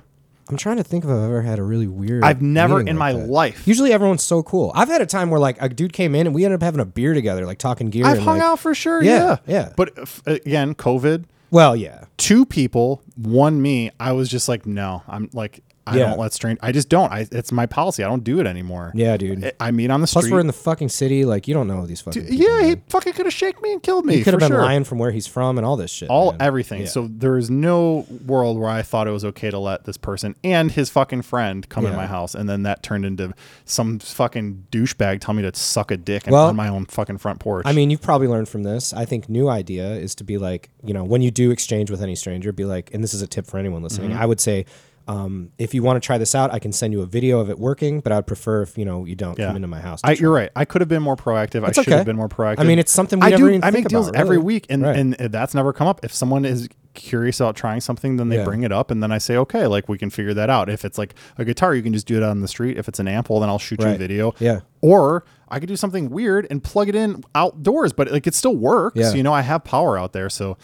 B: i'm trying to think if i've ever had a really weird
A: I've never
B: meeting
A: in my
B: like that.
A: life.
B: Usually everyone's so cool. I've had a time where like a dude came in and we ended up having a beer together, like talking gear.
A: I've
B: and,
A: hung
B: like-
A: out for sure. Yeah.
B: Yeah, yeah.
A: But if, again, COVID,
B: Well, yeah,
A: two people, one me, I was just like, no, I'm like, I
B: Yeah.
A: don't let strange. I just don't. I, it's my policy. I don't do it anymore.
B: yeah, dude.
A: I, I meet on the
B: Plus,
A: street.
B: we're in the fucking city. Like, you don't know these fucking. people,
A: yeah,
B: man.
A: he fucking could have shaken me and killed me.
B: he could have
A: for
B: been
A: sure.
B: lying from where he's from and all this shit.
A: all
B: man.
A: everything. So there is no world where I thought it was okay to let this person and his fucking friend come in
B: Yeah.
A: my house, and then that turned into some fucking douchebag tell me to suck a dick and
B: Well,
A: on my own fucking front porch.
B: I mean, you've probably learned from this. I think new idea is to be like, you know, when you do exchange with any stranger, be like, and this is a tip for anyone listening.
A: Mm-hmm.
B: I would say, um, if you want to try this out, I can send you a video of it working, but I'd prefer if you know you don't
A: Yeah.
B: come into my house. to
A: I,
B: try
A: you're right. I could have been more proactive. I should
B: okay.
A: have been more proactive.
B: I mean, it's something we
A: I
B: never
A: do.
B: even
A: I
B: think
A: make deals
B: about,
A: every
B: really.
A: week, and
B: Right.
A: and that's never come up. If someone is curious about trying something, then they
B: Yeah.
A: bring it up, and then I say, okay, like we can figure that out. If it's like a guitar, you can just do it on the street. If it's an amp, well, then I'll shoot you a
B: Right.
A: video.
B: Yeah.
A: Or I could do something weird and plug it in outdoors, but like it still works.
B: Yeah.
A: You know, I have power out there, so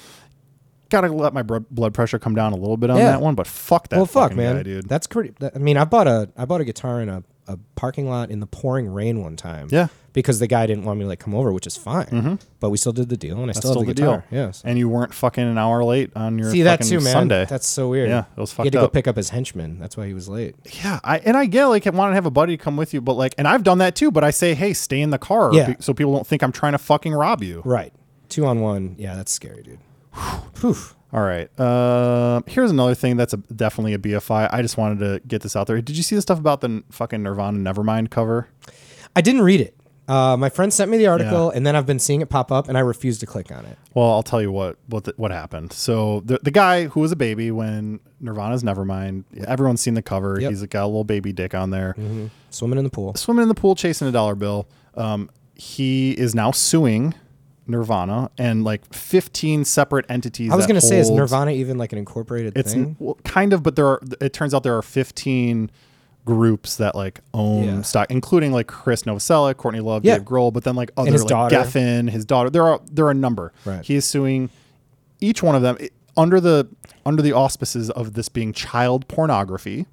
A: gotta let my bro- blood pressure come down a little bit on
B: Yeah.
A: that one. But fuck that.
B: well, fuck,
A: fucking
B: man,
A: guy, dude.
B: That's pretty. That, I mean, I bought a I bought a guitar in a, a parking lot in the pouring rain one time.
A: Yeah. Mm-hmm.
B: because the guy didn't want me to like come over, which is fine. But we still did the deal, and I still
A: still
B: have
A: the
B: the, guitar.
A: deal.
B: Yes.
A: And you weren't fucking an hour late on your
B: See that
A: fucking
B: too, man.
A: Sunday.
B: That's so weird.
A: Yeah, it was
B: He had
A: fucked
B: to go
A: up.
B: pick up his henchman. That's why he was late.
A: Yeah, I and I get like I want to have a buddy come with you, but like, and I've done that too. But I say, hey, stay in the car,
B: Yeah.
A: be- so people don't think I'm trying to fucking rob you.
B: Right. Two on one. Yeah, that's scary, dude. Poof.
A: All right. Um, here's another thing that's a, definitely a BFI. I just wanted to get this out there. Did you see the stuff about the n- fucking Nirvana Nevermind cover?
B: I didn't read it. Uh, my friend sent me the article, and then I've been seeing it pop up, and I refuse to click on it.
A: Well, I'll tell you what what the, what happened. So the the guy who was a baby when Nirvana's Nevermind, everyone's seen the cover.
B: Yep. Mm-hmm.
A: He's got a little baby dick on there.
B: Swimming in the pool.
A: swimming in the pool chasing a dollar bill. Um, he is now suing Nirvana and like 15 separate entities.
B: I was
A: going to
B: gonna say, is Nirvana even like an incorporated
A: It's
B: thing?
A: well, kind of, but there are, it turns out there are 15 groups that like own
B: Yeah.
A: stock, including like Chris Novoselic, Courtney Love,
B: Yeah.
A: Dave Grohl, but then like other
B: his
A: like
B: daughter.
A: Geffen, his daughter. There are, there are a number.
B: Right.
A: He is suing each one of them i- under the, under the auspices of this being child pornography.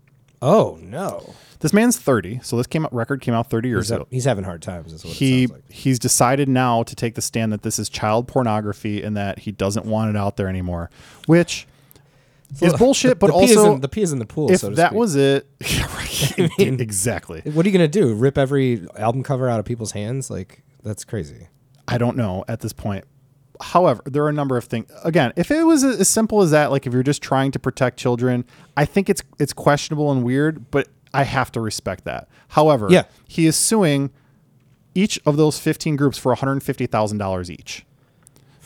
B: Oh no.
A: This man's 30. So this came out, record came out 30 years
B: He's,
A: ago.
B: he's having hard times. Is what
A: he
B: it sounds like.
A: he's decided now to take the stand that this is child pornography and that he doesn't want it out there anymore, which is bullshit. But
B: the pee is
A: also,
B: in, the pee is in the pool.
A: if
B: so to
A: that
B: speak.
A: was it, Yeah, right. exactly.
B: what are you gonna do? Rip every album cover out of people's hands? Like that's crazy.
A: I don't know at this point. However, there are a number of things. Again, if it was as simple as that, like if you're just trying to protect children, I think it's it's questionable and weird, but I have to respect that. However,
B: Yeah.
A: he is suing each of those 15 groups for $150,000 each.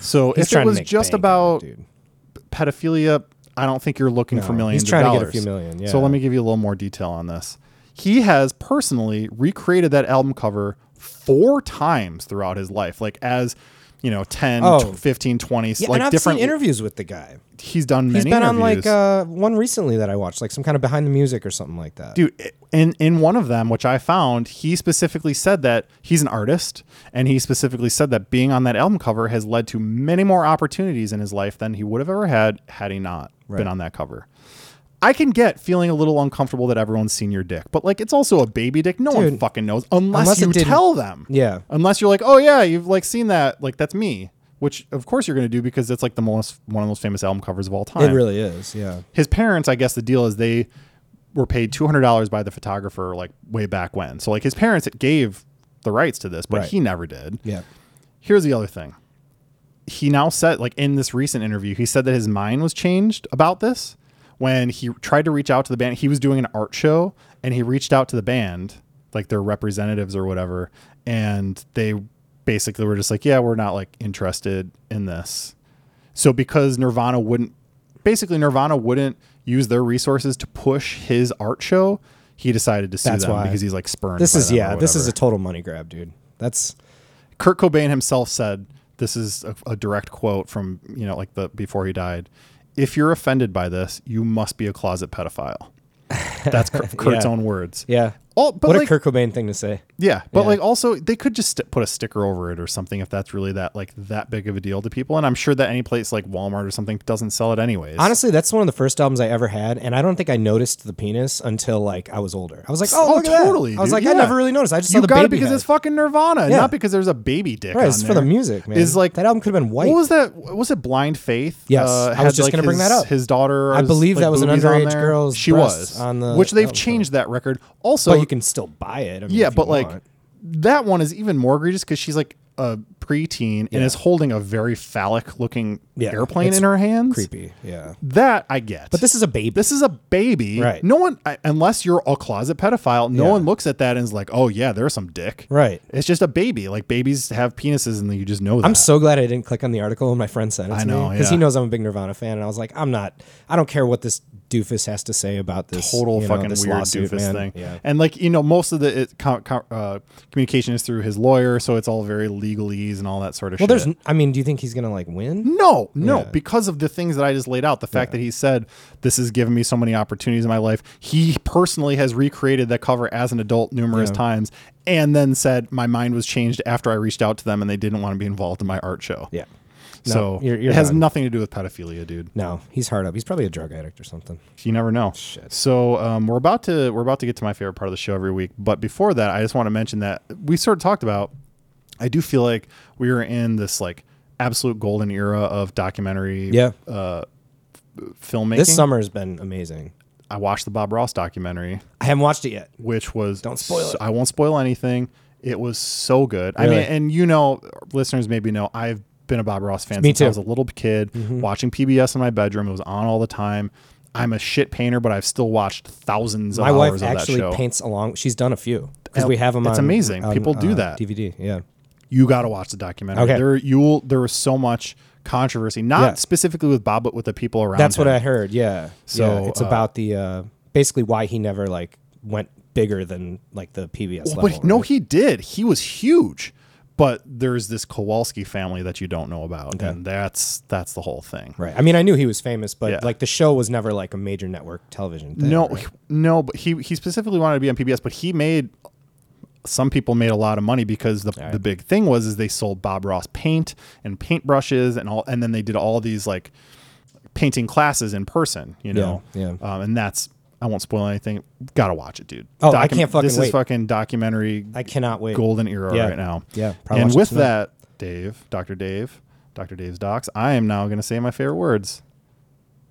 A: So
B: He's
A: if
B: trying
A: it was
B: to make
A: just
B: bank on
A: about
B: it, dude.
A: pedophilia, I don't think you're looking for
B: he's
A: millions.
B: trying
A: of
B: to
A: dollars.
B: get a few million,
A: So
B: yeah.
A: let me give you a little more detail on this. He has personally recreated that album cover four times throughout his life, like as you know, 10,
B: Oh.
A: tw- 15, 20,
B: Yeah,
A: like
B: and I've
A: different.
B: seen interviews with the guy.
A: he's done many
B: He's been on like
A: interviews.
B: uh, one recently that I watched, like some kind of behind the music or something like that.
A: dude i- in in one of them which i found he specifically said that he's an artist and he specifically said that being on that album cover has led to many more opportunities in his life than he would have ever had had he not
B: Right.
A: been on that cover I can get feeling a little uncomfortable that everyone's seen your dick, but like it's also a baby dick. No one
B: Dude.
A: fucking knows unless,
B: Unless it
A: you
B: didn't-
A: tell them.
B: Yeah.
A: Unless you're like, oh yeah, you've like seen that, like that's me. Which of course you're gonna do because it's like the most one of the most famous album covers of all time
B: it really is. Yeah.
A: his parents, I guess the deal is they were paid two hundred dollars by the photographer like way back when. So like his parents gave the rights to this, but
B: Right.
A: he never did.
B: Yeah.
A: Here's the other thing. He now said, like in this recent interview, he said that his mind was changed about this when he tried to reach out to the band. He was doing an art show and he reached out to the band, like their representatives or whatever, and they basically were just like, yeah, we're not like interested in this. So because Nirvana wouldn't basically Nirvana wouldn't use their resources to push his art show, he decided to sue
B: That's
A: them
B: why.
A: because he's like spurned.
B: This
A: by
B: is
A: them or
B: yeah. This is
A: whatever.
B: a total money grab, dude. That's
A: Kurt Cobain himself said this is a, a direct quote from you know like the before he died. If you're offended by this, you must be a closet pedophile. That's Kurt, Kurt's
B: Yeah.
A: own words.
B: yeah.
A: All, but
B: what
A: like,
B: a Kurt Cobain thing to say.
A: yeah, but
B: Yeah.
A: like also they could just st- put a sticker over it or something if that's really that like that big of a deal to people. And I'm sure that any place like Walmart or something doesn't sell it anyways.
B: Honestly, that's one of the first albums I ever had, and I don't think I noticed the penis until like I was older. I was like, oh,
A: Oh,
B: look at that.
A: totally,
B: I was
A: dude.
B: like,
A: Yeah.
B: I never really noticed. I just saw
A: you
B: the
A: got
B: baby
A: it because
B: head.
A: it's fucking Nirvana,
B: Yeah.
A: not because there's a baby dick.
B: Right,
A: on
B: it's for the
A: there.
B: music, man.
A: Is like
B: that album could have been white.
A: What was that? what Was it Blind Faith? uh,
B: Yes, I
A: had,
B: was just gonna bring
A: his-
B: that up.
A: His daughter,
B: I
A: was,
B: believe
A: like,
B: that was an
A: boobies on
B: underage
A: there.
B: girl's
A: She
B: breasts
A: was
B: on the
A: which they've
B: album
A: changed that record. Also,
B: but you can still buy it. I mean,
A: yeah,
B: if you
A: but like
B: want.
A: that one is even more egregious because she's like a preteen and is holding a very phallic looking
B: Yeah,
A: airplane
B: it's
A: in her hands.
B: creepy. Yeah,
A: That I get,
B: but this is a baby.
A: this is a baby.
B: Right.
A: No one, I- unless you're a closet pedophile, no
B: Yeah.
A: one looks at that and is like, "Oh yeah, there's some dick."
B: right.
A: It's just a baby. Like babies have penises, and you just know that.
B: I'm so glad I didn't click on the article when my friend sent it.
A: I
B: to
A: know,
B: because
A: yeah.
B: he knows I'm a big Nirvana fan, and I was like, I'm not. I don't care what this doofus has to say about this
A: total
B: you know,
A: fucking
B: this
A: weird
B: lawsuit,
A: doofus
B: man.
A: thing.
B: Yeah.
A: And like you know, most of the it, co- co- uh, communication is through his lawyer, so it's all very legalese and all that sort of
B: Well,
A: shit. Hmm.
B: there's. I mean, do you think he's gonna like win?
A: No, no,
B: Yeah.
A: because of the things that I just laid out. The fact that he said this has given me so many opportunities in my life. He personally has recreated that cover as an adult numerous times, and then said my mind was changed after I reached out to them and they didn't want to be involved in my art show.
B: Yeah. No,
A: so
B: you're- you're
A: it has
B: done.
A: nothing to do with pedophilia, dude.
B: No, he's hard up. He's probably a drug addict or something.
A: You never know.
B: Shit.
A: So um, we're about to we're about to get to my favorite part of the show every week, but before that, I just want to mention that we sort of talked about. I do feel like we are in this like absolute golden era of documentary
B: Yeah.
A: uh, filmmaking.
B: This summer has been amazing.
A: I watched the Bob Ross documentary,
B: I haven't watched it yet.
A: which was don't
B: spoil it.
A: I won't spoil anything. It was so good. I
B: Really?
A: mean, and you know, listeners maybe know I've been a Bob Ross fan
B: Me
A: since
B: too. Mm-hmm.
A: I was a little kid, watching PBS in my bedroom. It was on all the time. I'm a shit painter, but I've still watched thousands of
B: My
A: hours
B: wife
A: of that
B: actually
A: show.
B: paints along. She's done a few because
A: And
B: we have them.
A: it's
B: on,
A: amazing.
B: on,
A: People do
B: uh,
A: that.
B: DVD. Yeah.
A: you got to watch the documentary.
B: Okay.
A: There you'll there was so much controversy, not
B: Yeah.
A: specifically with Bob, but with the people around.
B: That's what
A: him.
B: I heard. Yeah.
A: So,
B: yeah, it's
A: uh,
B: about the uh, basically why he never like went bigger than like the PBS level.
A: But he- no,
B: right?
A: he did. He was huge. But there's this Kowalski family that you don't know about, and that's that's the whole thing.
B: right. I mean, I knew he was famous, but
A: Yeah.
B: like the show was never like a major network television thing.
A: No,
B: right?
A: no, but he he specifically wanted to be on PBS, but he made some people made a lot of money because the, the big thing was is they sold Bob Ross paint and paintbrushes and all, and then they did all these like painting classes in person, you know,
B: yeah.
A: Um, and that's I won't spoil anything. Gotta watch it, dude.
B: Oh, I can't fucking
A: This is
B: wait.
A: fucking documentary
B: I cannot wait.
A: golden era
B: Yeah.
A: right now.
B: Yeah, probably
A: and
B: watch it
A: with
B: tonight.
A: that, Dave, Doctor Dave, Doctor Dave's docs. I am now gonna say my favorite words.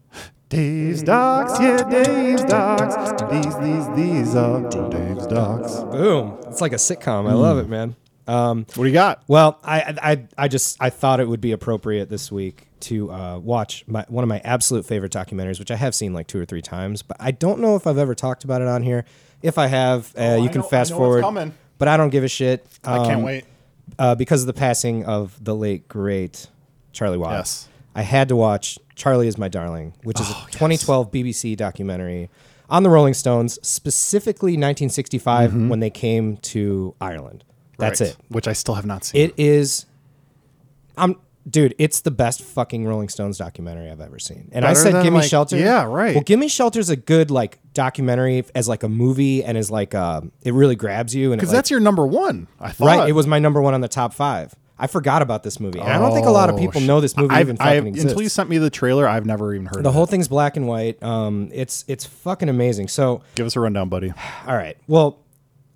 A: Dave's docs, yeah, Dave's docs. These, these, these are Dave's docs.
B: Boom. It's like a sitcom. I
A: Mm.
B: love it, man. Um,
A: What do you got?
B: Well, I, I I just I thought it would be appropriate this week to uh, watch my, one of my absolute favorite documentaries, which I have seen like two or three times, but I don't know if I've ever talked about it on here. If I have, uh, you
A: Oh, I
B: can
A: know- I
B: fast
A: know it's
B: forward.
A: coming.
B: But I don't give a shit.
A: I can't
B: um,
A: wait.
B: uh, because of the passing of the late great Charlie Watts.
A: Yes. Oh,
B: I had to watch Charlie is My Darling, which is a 2012 BBC documentary on the Rolling Stones, specifically 1965 when they came to Ireland. That's
A: Mm-hmm. Right.
B: it.
A: Which I still have not seen.
B: It is. I'm dude. It's the best fucking Rolling Stones documentary I've ever seen. And I
A: Better
B: said,
A: than,
B: "Give me
A: like-
B: shelter."
A: yeah, right.
B: Well, "Give Me Shelter" is a good like documentary as like a movie, and is like um, it really grabs you. And it,
A: Because
B: like-
A: that's your number one. I thought.
B: right. It was my number one on the top five. I forgot about this movie. And I don't think a lot of
A: Oh,
B: people
A: sh-
B: know this movie
A: I've-
B: even fucking
A: I've-
B: exists.
A: Until you sent me the trailer, I've never even heard
B: the
A: of
B: whole thing's black and white. Um, it's it's fucking amazing. So,
A: it. Give us a rundown, buddy.
B: all right. Well,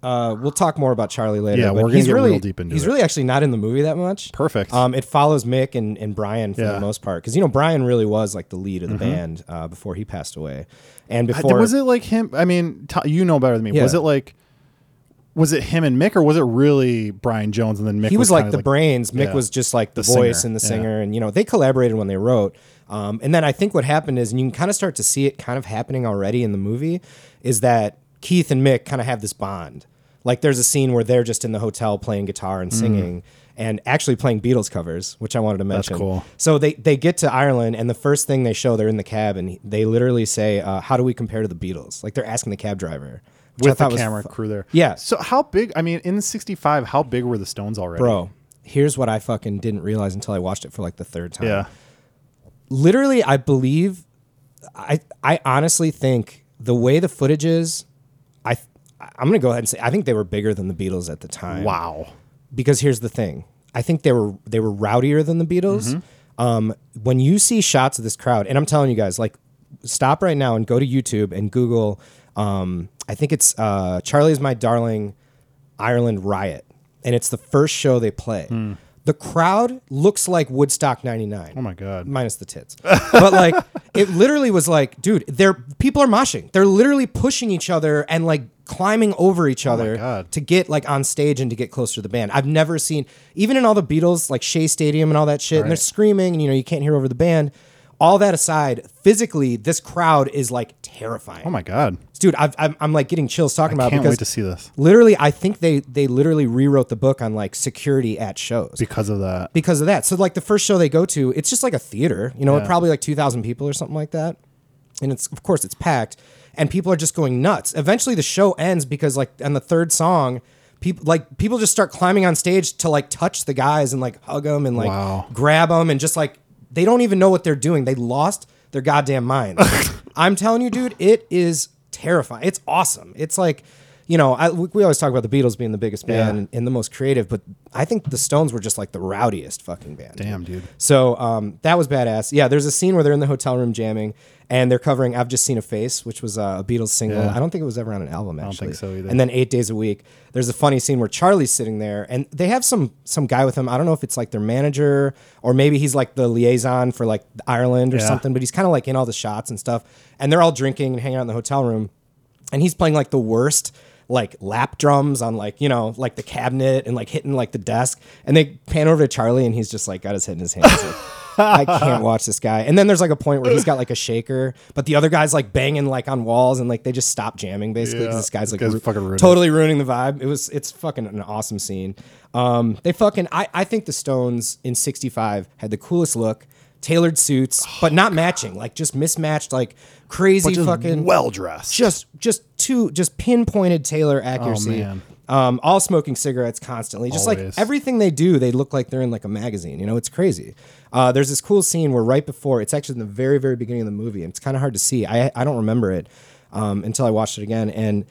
B: uh, we'll talk more about Charlie later.
A: Yeah,
B: but
A: we're gonna
B: he's
A: get
B: really
A: real deep into
B: He's
A: it.
B: really actually not in the movie that much.
A: Perfect.
B: Um, it follows Mick and, and Brian for
A: Yeah. Mm-hmm.
B: the most part because you know Brian really was like the lead of the band uh, before he passed away, and
A: I-
B: before
A: was it like him? I mean, t- you know better than me.
B: Yeah.
A: Was it like, was it him and Mick, or was it really Brian Jones and then Mick?
B: he was, like
A: kinda
B: the brains. Mick
A: yeah.
B: was just like the,
A: The
B: voice
A: singer,
B: and the
A: yeah.
B: singer, and you know they collaborated when they wrote. Um, and then I think what happened is, and you can kind of start to see it kind of happening already in the movie, is that Keith and Mick kind of have this bond. Like there's a scene where they're just in the hotel playing guitar
A: Mm.
B: and singing. And actually playing Beatles covers, which I wanted to mention.
A: cool.
B: So they, they get to Ireland, and the first thing they show, they're in the cab, and they literally say, uh, "How do we compare to the Beatles?" Like they're asking the cab driver. which I
A: with the
B: thought was
A: camera crew there.
B: Yeah.
A: So how big? I mean, in '65, how big were the Stones already?
B: Bro, here's what I fucking didn't realize until I watched it for like the third time.
A: Yeah.
B: Literally, I believe I I honestly think the way the footage is, I I'm going to go ahead and say I think they were bigger than the Beatles at the time.
A: Wow.
B: Because here's the thing. I think they were they were rowdier than the Beatles. Um when you see shots of this crowd and I'm telling you guys like stop right now and go to YouTube and Google um I think it's uh Charlie's My Darling Ireland Riot, and it's the first show they play. The crowd looks like Woodstock '99. Oh
A: my God.
B: Minus the tits, but like it literally was like, dude, they're people are moshing. They're literally pushing each other and like climbing over each other
A: Oh God.
B: to get like on stage and to get closer to the band. I've never seen even in all the Beatles like Shea Stadium and all that shit, and they're
A: Right.
B: screaming and you know you can't hear over the band. All that aside, physically, this crowd is like terrifying.
A: Oh my God.
B: Dude, I've, I'm, I'm like getting chills talking about it
A: Can't
B: because
A: wait to see this
B: literally i think they they literally rewrote the book on like security at shows
A: because of that.
B: because of that so like the first show they go to it's just like a theater you know probably like 2000 people or something like that and it's of course it's packed and people are just going nuts eventually the show ends because like on the third song people like people just start climbing on stage to like touch the guys and like hug them and like
A: Wow.
B: grab them and just like they don't even know what they're doing. They lost their goddamn mind. I'm telling you, dude, it is terrifying. It's awesome. It's like, you know, I, we we always talk about the Beatles being the biggest band
A: Yeah.
B: and, and the most creative, but I think the Stones were just like the rowdiest fucking band.
A: Damn, dude.
B: So um, that was badass. Yeah, there's a scene where they're in the hotel room jamming and they're covering "I've Just Seen a Face," which was uh, a Beatles single.
A: Yeah.
B: I don't think it was ever on an album. Actually,
A: think so either.
B: And then Eight Days a Week. There's a funny scene where Charlie's sitting there and they have some some guy with him. I don't know if it's like their manager or maybe he's like the liaison for like Ireland or
A: Yeah.
B: something. But he's kind of like in all the shots and stuff. And they're all drinking and hanging out in the hotel room and he's playing like the worst like lap drums on like you know like the cabinet and like hitting like the desk and they pan over to charlie and he's just like got his head in his hands like, i can't watch this guy and then there's like a point where he's got like a shaker but the other guy's like banging like on walls and like they just stop jamming basically 'cause
A: Yeah,
B: this guy's
A: this
B: like
A: guy's
B: ru-
A: fucking ruined it.
B: totally ruining the vibe it was it's fucking an awesome scene um they fucking i i think the stones in 65 had the coolest look tailored suits
A: Oh,
B: but not matching like just mismatched like crazy fucking
A: well dressed.
B: just just two just pinpointed tailor accuracy.
A: Oh, man.
B: Um, all smoking cigarettes constantly. Just
A: Always.
B: like everything they do, they look like they're in like a magazine. You know, it's crazy. Uh, there's this cool scene where right before it's actually in the very very beginning of the movie, and it's kind of hard to see. I I don't remember it um, until I watched it again. And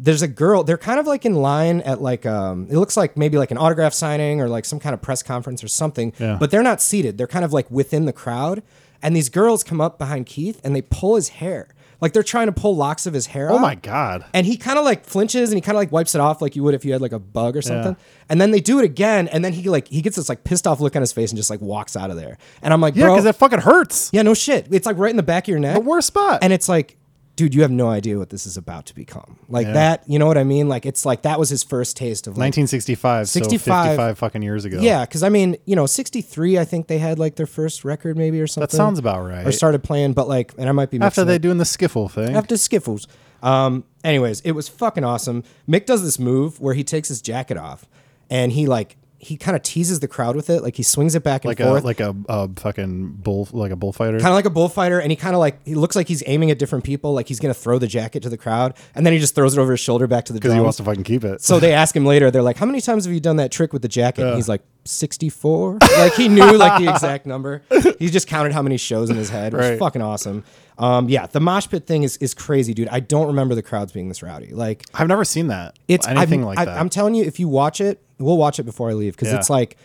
B: there's a girl. They're kind of like in line at like um, it looks like maybe like an autograph signing or like some kind of press conference or something.
A: Yeah.
B: But they're not seated. They're kind of like within the crowd. And these girls come up behind Keith and they pull his hair. Like they're trying to pull locks of his hair
A: oh my god.
B: and he kind of like flinches and he kind of like wipes it off like you would if you had like a bug or something. And then they do it again. And then he like, he gets this like pissed off look on his face and just like walks out of there. And I'm like,
A: Yeah,
B: bro,
A: because that fucking hurts.
B: yeah, no shit. It's like right in the back of your neck.
A: The worst spot.
B: And it's like, dude, you have no idea what this is about to become. Like that, you know what I mean? Like it's like that was his first taste of like,
A: 1965.
B: 65
A: So 55 fucking years ago.
B: yeah. Cause I mean, you know, 63, I think they had like their first record maybe or something.
A: That sounds about right.
B: Or started playing, but like, and I might be mixing
A: After
B: it
A: they doing the skiffle thing.
B: after skiffles. Um, anyways, it was fucking awesome. Mick does this move where he takes his jacket off and he like he kind of teases the crowd with it, like he swings it back and
A: like a
B: forth.
A: like a, a fucking bull like a bullfighter.
B: Kind of like a bullfighter, and he kind of like he looks like he's aiming at different people, like he's gonna throw the jacket to the crowd, and then he just throws it over his shoulder back to the
A: because he
B: drums.
A: wants to fucking keep it.
B: So they ask him later, they're like, How many times have you done that trick with the jacket?
A: Uh.
B: And he's like, 64. like he knew like the exact number. He just counted how many shows in his head. It was
A: Right.
B: fucking awesome. Um, yeah, the mosh pit thing is, is crazy, dude. I don't remember the crowds being this rowdy. Like
A: I've never seen that.
B: it's
A: anything
B: I'm,
A: like
B: I,
A: that.
B: I'm telling you, if you watch it, we'll watch it before I leave because
A: Yeah.
B: it's like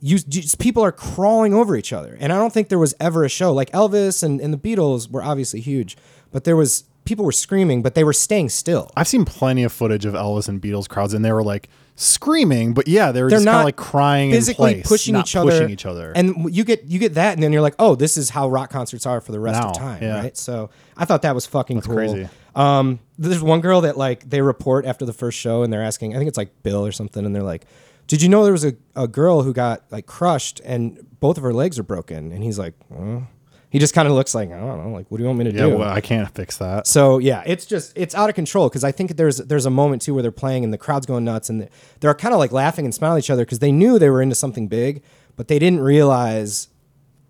B: you just, people are crawling over each other, and I don't think there was ever a show like Elvis and, and the Beatles were obviously huge, but there was people were screaming, but they were staying still.
A: I've seen plenty of footage of Elvis and Beatles crowds, and they were like screaming, but yeah, they were
B: They're
A: just kind
B: not
A: of like crying,
B: physically
A: in place,
B: pushing
A: not
B: each other,
A: pushing each other.
B: and you get you get that, and then you're like, oh, this is how rock concerts are for the rest of
A: Now,
B: time,
A: yeah.
B: right? So I thought that was fucking cool.
A: crazy.
B: Um, there's one girl that like they report after the first show, and they're asking, I think it's like Bill or something, and they're like, did you know there was a, a girl who got like crushed and both of her legs are broken? And he's like, "Well." he just kind of looks like I don't know, like what do you want me to
A: yeah,
B: do?
A: well, I can't fix that.
B: So yeah, it's just it's out of control because I think there's there's a moment too where they're playing and the crowd's going nuts and they're kind of like laughing and smiling at each other because they knew they were into something big, but they didn't realize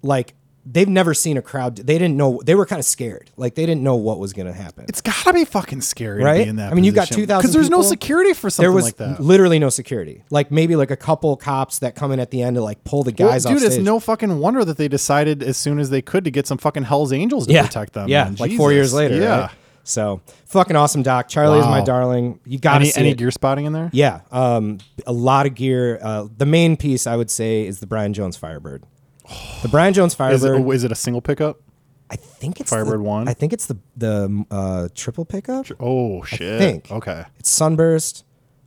B: like they've never seen a crowd. They didn't know they were kind of scared. Like they didn't know what was going to happen.
A: It's gotta be fucking scary, To
B: Right?
A: be in that
B: I mean, you've got
A: because
B: 2,000
A: there's no
B: people.
A: security for something
B: there was
A: like that.
B: literally no security. Like maybe like a couple cops that come in at the end to like pull the guys
A: Well,
B: off
A: dude, it's
B: stage.
A: no fucking wonder that they decided as soon as they could to get some fucking Hell's Angels to
B: yeah.
A: protect them.
B: Yeah,
A: man.
B: like four years
A: Jesus.
B: later.
A: Yeah.
B: right? So fucking awesome, Doc. Charlie is my
A: Wow.
B: darling. You got to
A: Any
B: see
A: any
B: it.
A: gear spotting in there?
B: Yeah, um, a lot of gear. Uh, the main piece I would say is the Brian Jones Firebird. The Brian Jones
A: Is it, oh,
B: Firebird.
A: is it a single pickup?
B: I think it's
A: Firebird
B: the,
A: one?
B: I think it's the the uh, triple pickup.
A: Oh shit.
B: think.
A: Okay.
B: It's sunburst.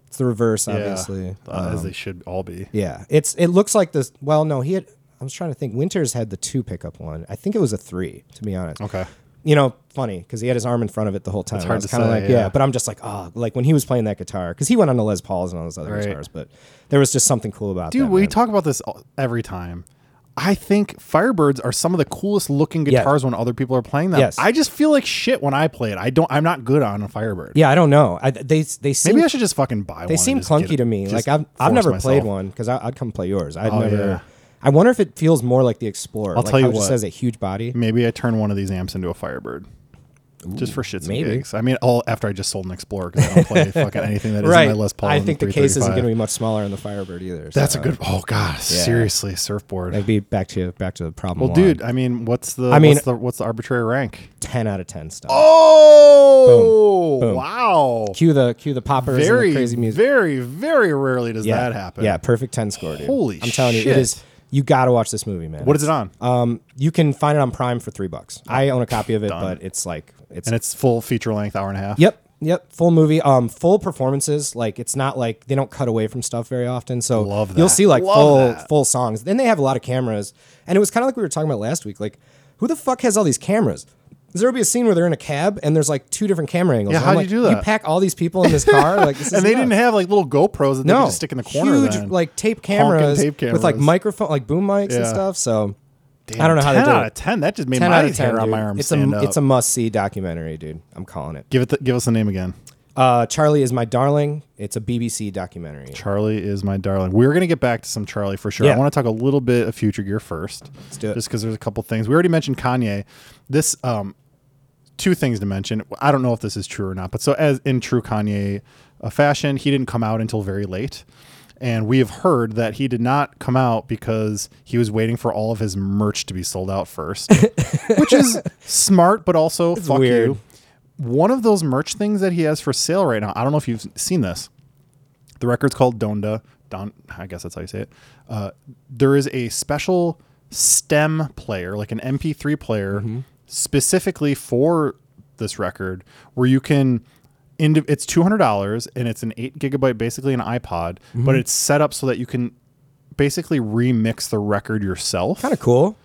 B: It's the reverse,
A: Yeah.
B: obviously.
A: Uh, as they should all be.
B: Yeah, it's it looks like this. Well, no, he had. I was trying to think. Winters had the two pickup one. I think it was a three, to be honest.
A: Okay.
B: You know, funny because he had his arm in front of it the whole time.
A: hard
B: I was
A: to
B: kind of
A: say,
B: like, yeah.
A: yeah.
B: But I'm just like, oh, like when he was playing that guitar because he went on to Les Pauls and all those other
A: Right.
B: guitars. But there was just something cool about
A: Dude,
B: that.
A: we
B: man.
A: talk about this all- every time. I think Firebirds are some of the coolest looking
B: Yeah.
A: guitars when other people are playing them.
B: Yes.
A: I just feel like shit when I play it. I don't. I'm not good on a Firebird.
B: Yeah, I don't know. I, they they seem
A: Maybe I should just fucking buy one.
B: they seem clunky to me. Like I've I've never played one because I'd come play yours. I'd never.
A: Oh, yeah.
B: I wonder if it feels more like the Explorer. I'll like
A: tell you
B: how it just
A: what.
B: has a huge body.
A: Maybe I turn one of these amps into a Firebird. just for shits
B: maybe.
A: and gigs. I mean, all after I just sold an Explorer because I don't play fucking anything that is in my Les Paul.
B: I
A: and
B: think the case isn't
A: 335.
B: going to be Uh, much smaller in the Firebird either.
A: That's a
B: so
A: good. Oh God, seriously, surfboard.
B: That'd be back to back to the problem.
A: well,
B: one.
A: dude, I mean, what's the?
B: I mean-
A: what's the, what's the arbitrary rank?
B: ten out of ten stuff.
A: Oh, wow!
B: Cue the cue the poppers and
A: Very,
B: the crazy music.
A: very, very rarely does that happen.
B: Yeah, perfect ten score, dude.
A: Holy
B: I'm telling you,
A: shit.
B: it is. You got to watch this movie, man.
A: What is it on? Oh.
B: Um, you can find it on Prime for three bucks. I own a copy of it, but it's like it's
A: and it's full feature length, hour and a half.
B: Yep. Yep. Full movie. Um, full performances. Like it's not like they don't cut away from stuff very often. So
A: Love that.
B: you'll see like
A: Love
B: full
A: that.
B: full songs. Then they have a lot of cameras. And it was kind of like we were talking about last week. Like, who the fuck has all these cameras? There will be a scene where they're in a cab and there's like two different camera angles.
A: Yeah,
B: And
A: how
B: I'm
A: do
B: like,
A: you do
B: You
A: that?
B: pack all these people in this car, like this is
A: And they
B: nuts
A: didn't have like little GoPros that they could just stick in the corner.
B: huge
A: then.
B: like tape cameras,
A: tape
B: with like
A: cameras.
B: microphone, like boom mics and
A: Yeah.
B: stuff. So I don't know how they
A: ten
B: do
A: out of
B: it.
A: ten. That just made
B: 10
A: my
B: out of 10,
A: hair on
B: dude.
A: my arm
B: it's
A: stand
B: a
A: up.
B: it's a must see documentary, dude. I'm calling it.
A: give it. The, give us the name again.
B: Uh, Charlie is my darling. It's a BBC documentary.
A: Charlie is my darling. We're gonna get back to some Charlie for sure. I
B: Yeah.
A: want to talk a little bit of Future Gear first. Let's
B: do it.
A: Just because there's a couple things we already mentioned. Kanye. This um, two things to mention. I don't know if this is true or not, but so as in true Kanye uh, fashion, he didn't come out until very late. And we have heard that he did not come out because he was waiting for all of his merch to be sold out first, which is smart, but also fuck
B: weird.
A: you. One of those merch things that he has for sale right now. I don't know if you've seen this. The record's called Donda. Don, I guess that's how you say it. Uh, there is a special stem player, like an MP3 player,
B: Mm-hmm.
A: specifically for this record, where you can. Indi- it's two hundred dollars, and it's an eight gigabyte, basically an iPod,
B: Mm-hmm.
A: but it's set up so that you can basically remix the record yourself.
B: Kind of cool.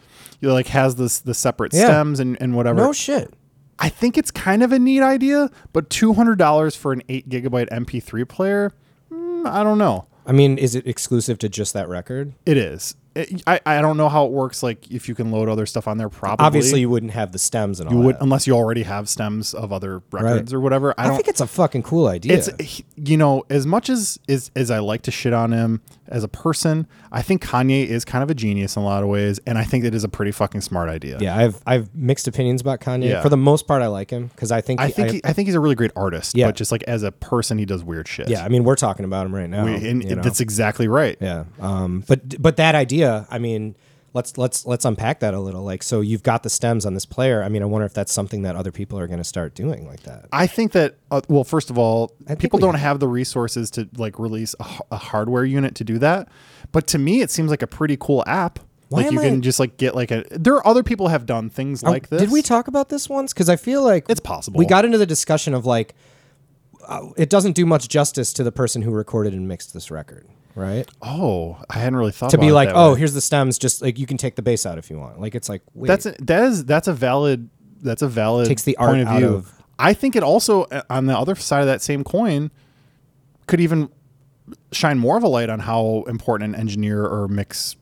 A: You, like has this the separate
B: Yeah.
A: stems and, and whatever.
B: No shit.
A: I think it's kind of a neat idea, but two hundred dollars for an eight gigabyte MP3 player, mm, I don't know.
B: I mean, is it exclusive to just that record?
A: It is. It, I I don't know how it works. Like if you can load other stuff on there, probably.
B: Obviously, you wouldn't have the stems and all
A: you would
B: that.
A: unless you already have stems of other records or whatever. I
B: I,
A: don't.
B: think it's a fucking cool idea.
A: it's he- you know as much as as as I like to shit on him as a person, I think Kanye is kind of a genius in a lot of ways, and I think it is a pretty fucking smart idea.
B: yeah, I've I've mixed opinions about Kanye.
A: Yeah.
B: For the most part, I like him because I think
A: I
B: he-
A: think he, I think he's a really great artist,
B: Yeah.
A: but just like as a person, he does weird shit.
B: yeah. I mean, we're talking about him right now.
A: and
B: you know?
A: that's exactly right.
B: Yeah. Um, but but that idea, I mean, let's let's let's unpack that a little. Like, so you've got the stems on this player. I mean, I wonder if that's something that other people are going to start doing like that.
A: I think that uh, well, first of all,
B: think
A: people
B: we
A: don't have the resources to like release a, h- a hardware unit to do that. But to me, it seems like a pretty cool app.
B: Why
A: like you
B: am
A: can
B: I- Oh,
A: just like get like a. There are other people have done things like this.
B: Did we talk about this once? Because I feel like
A: It's possible.
B: We got into the discussion of like, uh, it doesn't do much justice to the person who recorded and mixed this record, right?
A: oh, I hadn't really thought
B: To be
A: about it
B: like,
A: that
B: oh,
A: way.
B: here's the stems. Just like you can take the bass out if you want. Like it's like wait,
A: that's a, that is that's a valid that's a valid
B: Takes the art
A: point of
B: out
A: view.
B: of-
A: I think it also uh, on the other side of that same coin could even shine more of a light on how important an engineer or mix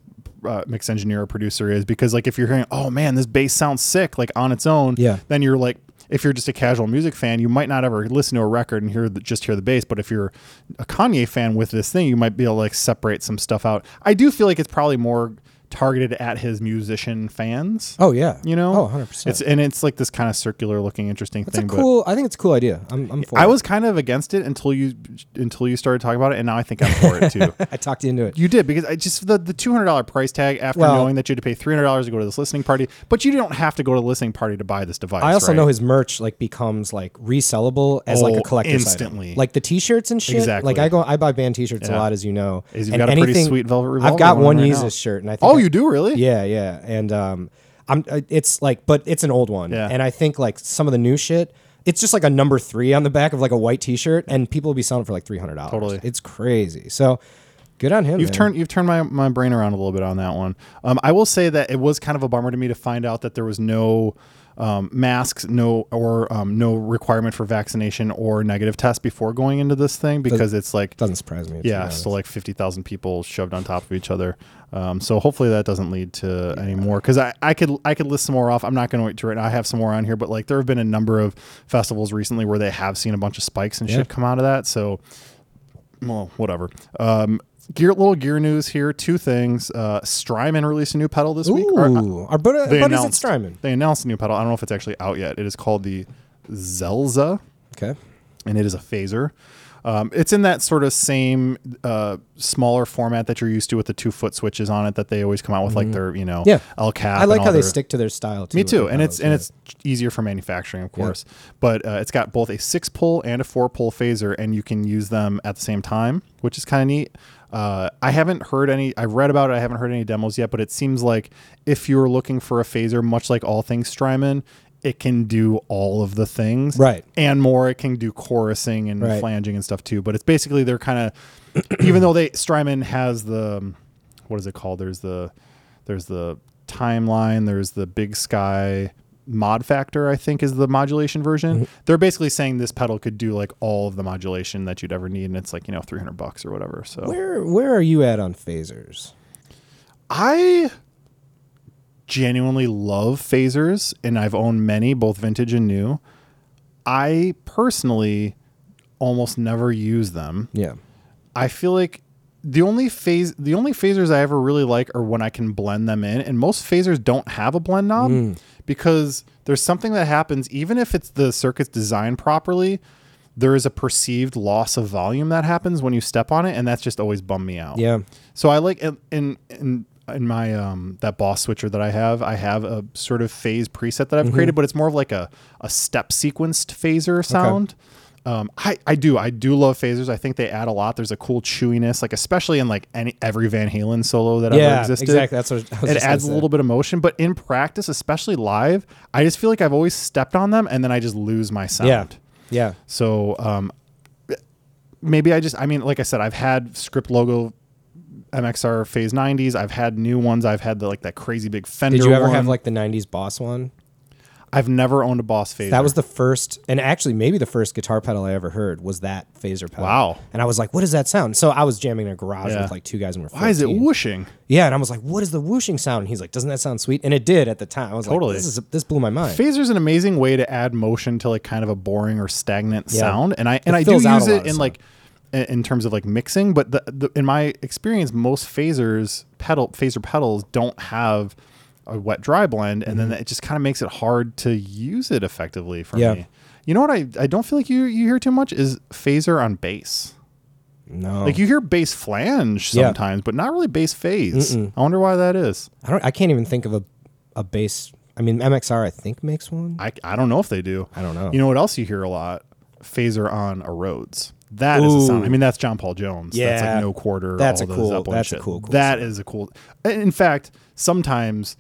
A: uh, mix engineer or producer is because like if you're hearing oh man this bass sounds sick like on its own
B: Yeah.
A: then you're like if you're just a casual music fan you might not ever listen to a record and hear the, just hear the bass but if you're a Kanye fan with this thing you might be able to like separate some stuff out I do feel like it's probably more targeted at his musician fans
B: oh yeah,
A: you know
B: oh 100 percent.
A: it's and it's like this kind of circular looking interesting
B: It's a
A: thing but
B: cool. I think it's a cool idea. I'm, I'm for
A: I
B: it.
A: was kind of against it until you until you started talking about it, and now I think I'm for it too.
B: I talked you into it.
A: You did because I just the the two hundred dollar price tag after
B: Well-
A: knowing that you had to pay three hundred dollars to go to this listening party, but you don't have to go to the listening party to buy this device.
B: I also
A: right?
B: know his merch like becomes like resellable as like
A: Oh,
B: a collector's
A: instantly.
B: item. Like the t-shirts and shit.
A: Exactly.
B: Like I go I buy band t-shirts
A: Yeah.
B: a lot as you know.
A: Is you've
B: And
A: got a pretty sweet Velvet Revolver
B: I've got
A: one
B: one
A: right
B: Yeezus
A: now.
B: shirt and I think
A: Oh,
B: I-
A: you do really?
B: Yeah, yeah. And um I'm uh, it's like but it's an old one.
A: Yeah.
B: And I think like some of the new shit it's just like a number 3 on the back of like a white t-shirt and people will be selling it for like $300.
A: Totally.
B: It's crazy. So good on him.
A: You've
B: man.
A: turned you've turned my, my brain around a little bit on that one. Um, I will say that it was kind of a bummer to me to find out that there was no um, masks, no or um, no requirement for vaccination or negative test before going into this thing because it's like
B: doesn't surprise me. to be
A: yeah,
B: honest.
A: so like fifty thousand people shoved on top of each other. Um, so hopefully that doesn't lead to any more because I, I could I could list some more off. I'm not going to wait to right now. I have some more on here, but like there have been a number of festivals recently where they have seen a bunch of spikes and
B: Yeah.
A: shit come out of that. So well, whatever. Um, gear little gear news here. Two things. Uh, Strymon released a new pedal this week. Or, uh,
B: Ooh, our buddy,
A: they
B: buddies at
A: announced
B: Strymon.
A: They announced a new pedal. I don't know if it's actually out yet. It is called the Zelza,
B: Okay.
A: and it is a phaser. Um, it's in that sort of same uh, smaller format that you're used to with the two foot switches on it that they always come out with, like their you know
B: Mm-hmm. Yeah.
A: L cap.
B: I like how they
A: stick.
B: stick to their style too.
A: Me
B: I
A: too,
B: think
A: and
B: that
A: it's
B: was
A: and
B: good.
A: it's easier for manufacturing, of course. But uh, it's got both a six pole and a four pole phaser, and you can use them at the same time, which is kind of neat. Uh, I haven't heard any. I've read about it. I haven't heard any demos yet, but it seems like if you're looking for a phaser, much like all things Strymon, it can do all of the things,
B: Right.
A: And more. It can do chorusing and
B: Right.
A: flanging and stuff too. But it's basically they're kind of, even though they Strymon has the, um, what is it called? There's the, there's the timeline. There's the Big Sky mod factor. I think is the modulation version. They're basically saying this pedal could do like all of the modulation that you'd ever need, and it's like you know 300 bucks or whatever. So
B: where where are you at on phasers?
A: I genuinely love phasers and I've owned many, both vintage and new. I personally almost never use them.
B: Yeah.
A: I feel like the only phase the only phasers I ever really like are when I can blend them in and most phasers don't have a blend knob because there's something that happens even if it's the circuit's designed properly there is a perceived loss of volume that happens when you step on it and that's just always bummed me out.
B: Yeah.
A: So I like in in in, in my um that boss switcher that I have, I have a sort of phase preset that
B: Mm-hmm.
A: I've created, but it's more of like a a step sequenced phaser sound. Um, I, I do I do love phasers. I think they add a lot. There's a cool chewiness, like especially in like any every Van Halen solo that ever
B: Yeah.
A: existed.
B: Exactly. That's what I was
A: It
B: just gonna
A: adds a
B: say.
A: little bit of motion, but in practice, especially live, I just feel like I've always stepped on them and then I just lose my sound.
B: Yeah. Yeah.
A: So um, maybe I just, I mean, like I said, I've had script logo MXR Phase 90s. I've had new ones. I've had the, like that crazy big Fender.
B: Did you ever
A: one.
B: have like the '90s Boss one?
A: I've never owned a Boss Phaser.
B: That was the first, and actually maybe the first guitar pedal I ever heard was that phaser pedal.
A: Wow.
B: And I was like, "What does that sound?" So I was jamming in a garage
A: Yeah.
B: with like two guys and we're. 14.
A: Why is it whooshing?
B: Yeah, and I was like, "What is the whooshing sound?" And he's like, "Doesn't that sound sweet?" And it did at the time. I was
A: Totally.
B: like, "This is this blew my mind."
A: Phaser's an amazing way to add motion to like kind of a boring or stagnant sound, and I and I do
B: fills out
A: use
B: a lot
A: it
B: of
A: in
B: sound.
A: like in in terms of like mixing. But the, the in my experience, most phasers pedal phaser pedals don't have a wet dry blend, and then it just kind of makes it hard to use it effectively for
B: Mm-hmm. Yeah.
A: me. You know what I I don't feel like you you hear too much is phaser on bass.
B: no,
A: Like you hear bass flange
B: Yeah.
A: sometimes, but not really bass phase. I wonder why that is.
B: I don't. I can't even think of a a bass. I mean, MXR I think makes one.
A: I, I don't know if they do.
B: I don't know.
A: You know what else you hear a lot? Phaser on a Rhodes. That is a sound. I mean, that's John Paul Jones. That's
B: Yeah.
A: like no quarter.
B: That's
A: all
B: a
A: the
B: cool-
A: Zeppelin
B: that's a
A: shit.
B: cool, cool
A: That is a cool. In fact, sometimes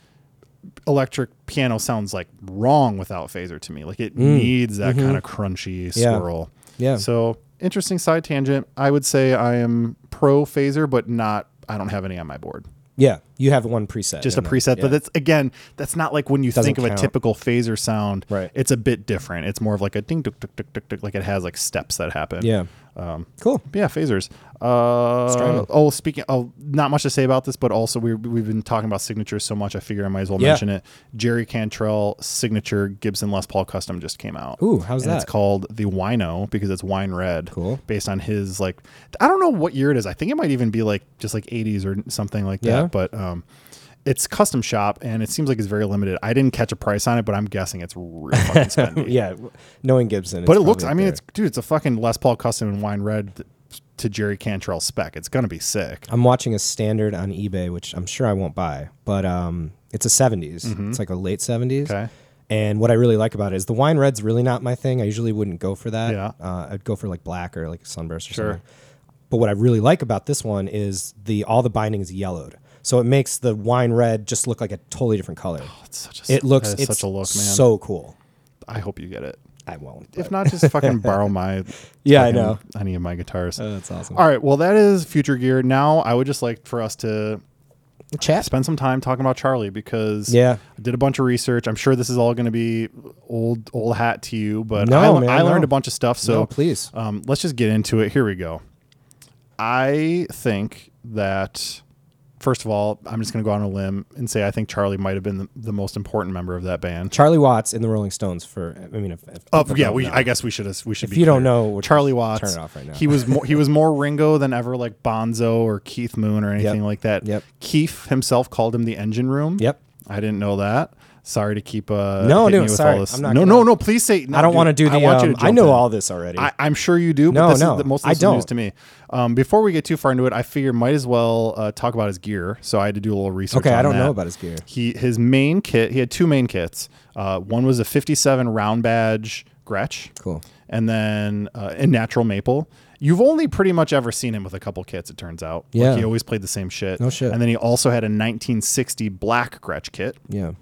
A: electric piano sounds like wrong without phaser to me. Like it needs that kind of crunchy
B: Mm. Mm-hmm. Yeah.
A: swirl.
B: Yeah.
A: So interesting side tangent. I would say I am pro phaser, but not. I don't have any on my board
B: Yeah, you have one preset.
A: just a
B: in there.
A: preset.
B: Yeah.
A: But that's again, that's not like when you
B: Doesn't
A: think of a
B: count.
A: typical phaser sound.
B: Right.
A: It's a bit different. It's more of like a ding, tick, tick, tick, tick, tick. Like it has like steps that happen.
B: yeah.
A: Um,
B: cool.
A: But yeah, phasers. Uh,
B: Strymon.
A: oh, speaking. Oh, not much to say about this, but also we we've been talking about signatures so much. I figure I might as well
B: Yeah.
A: mention it. Jerry Cantrell signature Gibson Les Paul custom just came out.
B: Ooh, how's
A: and It's
B: that?
A: called the Wino because it's wine red.
B: Cool.
A: Based on his like, I don't know what year it is. I think it might even be like just like 80s or something like
B: Yeah.
A: that. But um, it's custom shop and it seems like it's very limited. I didn't catch a price on it, but I'm guessing it's real fucking spendy.
B: Yeah, w- knowing Gibson,
A: But it looks. I mean, it's dude. It's a fucking Les Paul custom in wine red th- to Jerry Cantrell spec. It's gonna be sick.
B: I'm watching a standard on eBay, which I'm sure I won't buy, but um, it's a 70s. It's like a late 70s.
A: Mm-hmm. Okay.
B: And what I really like about it is the wine red's really not my thing. I usually wouldn't go for that.
A: Yeah.
B: Uh, I'd go for like black or like sunburst or
A: Sure.
B: something. But what I really like about this one is the all the binding is yellowed. So it makes the wine red just look like a totally different color.
A: It's Oh, such a,
B: it looks
A: that
B: it's
A: is such a look, man.
B: so cool.
A: I hope you get it.
B: I won't.
A: If not, just fucking borrow my.
B: Yeah, I
A: fucking-
B: know. Uh,
A: Any of my guitars.
B: that's awesome.
A: All right. Well, that is future gear. Now, I would just like for us to
B: Chat.
A: spend some time talking about Charlie because
B: Yeah.
A: I did a bunch of research. I'm sure this is all going to be old old hat to you, but
B: No,
A: I, le-
B: man,
A: I learned
B: no.
A: a bunch of stuff. So
B: No, please.
A: um, let's just get into it. Here we go. I think that first of all, I'm just going to go out on a limb and say I think Charlie might have been the, the most important member of that band.
B: Charlie Watts in the Rolling Stones for I mean if, if
A: Oh
B: people
A: yeah,
B: don't
A: we.
B: know.
A: I guess we should. We should.
B: If
A: be
B: you don't
A: clear.
B: know, we're just-
A: Charlie Watts.
B: turn it off right now.
A: He was more. He was more Ringo than ever, like Bonzo or Keith Moon or anything like that.
B: Yep.
A: Keith himself called him the Engine Room.
B: Yep.
A: I didn't know that. Sorry to keep uh hitting
B: No, dude,
A: you with
B: sorry.
A: all this.
B: I'm not
A: no,
B: gonna-
A: no, no. Please say. No,
B: I don't
A: dude,
B: want to do the. I,
A: want you
B: um,
A: to
B: I
A: jump
B: know
A: in.
B: all this already.
A: I, I'm sure you do, but
B: No,
A: this
B: no,
A: is the most of
B: I
A: this is news
B: don't.
A: to me. Um, before we get too far into it, I figure might as well uh, talk about his gear. So I had to do a little research.
B: okay,
A: on
B: I don't
A: that.
B: know about his gear.
A: He his main kit. He had two main kits. Uh, one was a 57 round badge Gretsch.
B: Cool.
A: And then uh, in natural maple. You've only pretty much ever seen him with a couple kits. It turns out. Like,
B: Yeah.
A: he always played the same shit.
B: No shit.
A: And then he also had a 1960 black Gretsch kit
B: Yeah.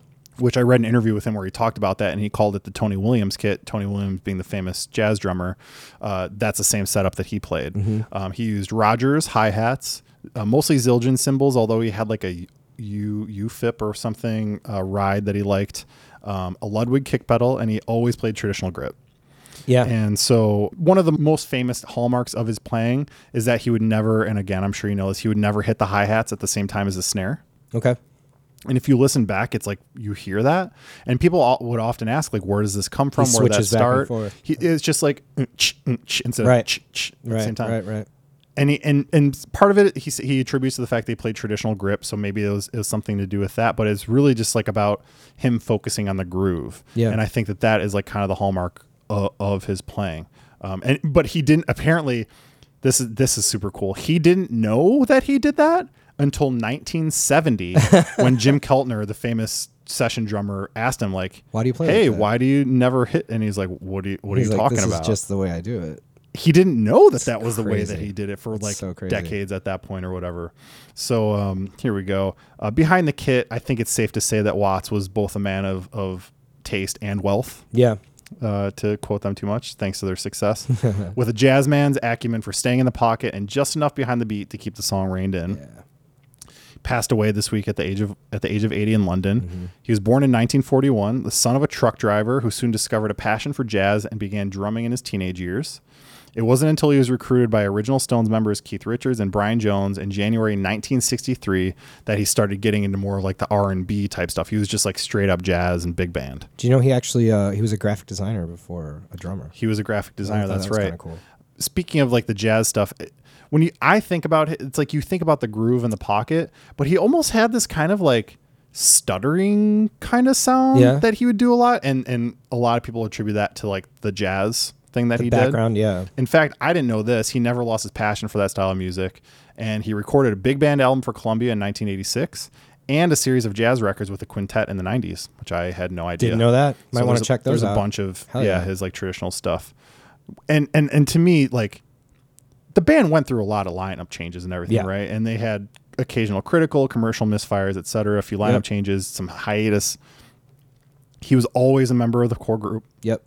A: which I read an interview with him where he talked about that, and he called it the Tony Williams kit. Tony Williams being the famous jazz drummer, uh, that's the same setup that he played. Um, he used Rogers hi hats, uh, mostly Zildjian cymbals, although he had like a U UFIP or something uh, ride that he liked, um, a Ludwig kick pedal, and he always played traditional grip.
B: Yeah.
A: And so, one of the most famous hallmarks of his playing is that he would never, and again, I'm sure you know this, he would never hit the hi hats at the same time as the snare.
B: okay.
A: And if you listen back, it's like you hear that, and people al- would often ask, like, "Where does this come from? Where did that
B: switches back and
A: start?"
B: forth.
A: He, it's just like mm, ch, mm, ch, instead of
B: Right.
A: ch, ch, at
B: Right.
A: the same time.
B: Right. Right.
A: And he, and and part of it, he s- he attributes to the fact they played traditional grip, so maybe it was, it was something to do with that. But it's really just like about him focusing on the groove.
B: Yeah.
A: And I think that that is like kind of the hallmark of, of his playing. Um, and but he didn't apparently. This is this is super cool. He didn't know that he did that until 1970 when Jim Keltner, the famous session drummer, asked him like,
B: Why do you play
A: Hey,
B: like that?"
A: why do you never hit?" And he's like, "What do you What
B: He's
A: are you
B: like,
A: talking
B: this
A: about?"
B: is just the way I do it.
A: he didn't know that that was the way that
B: crazy.
A: he did it for like
B: so crazy.
A: decades at that point or whatever. So um, here we go. Uh, behind the kit, I think it's safe to say that Watts was both a man of of taste and wealth.
B: Yeah.
A: Uh, to quote them too much, thanks to their success, with a jazz man's acumen for staying in the pocket and just enough behind the beat to keep the song reined in. Passed away this week at the age of at the age of 80 in London.
B: Mm-hmm.
A: He was born in 1941, the son of a truck driver who soon discovered a passion for jazz and began drumming in his teenage years. It wasn't until he was recruited by original Stones members Keith Richards and Brian Jones in January 1963 that he started getting into more like the R&B type stuff. He was just like straight up jazz and big band.
B: Do you know he actually uh, he was a graphic designer before a drummer?
A: He was a graphic designer.
B: thought
A: That's
B: that was
A: right.
B: kinda cool.
A: Speaking of like the jazz stuff, it- when you I think about it, it's like you think about the groove and the pocket, but he almost had this kind of like stuttering kind of sound
B: Yeah.
A: that he would do a lot, and and a lot of people attribute that to like the jazz thing that he did.
B: Background, yeah.
A: In fact, I didn't know this. He never lost his passion for that style of music, and he recorded a big band album for Columbia in 1986 and a series of jazz records with a quintet in the 90s, which I had no idea.
B: Didn't know that. Might
A: So
B: want
A: there's
B: to
A: a-
B: check those
A: There's
B: out.
A: a bunch of yeah,
B: Hell yeah.
A: his like traditional stuff, and and and to me like the band went through a lot of lineup changes and everything,
B: Yeah.
A: right? And they had occasional critical, commercial misfires, etc. A few lineup
B: Yep.
A: changes, some hiatus. He was always a member of the core group
B: Yep.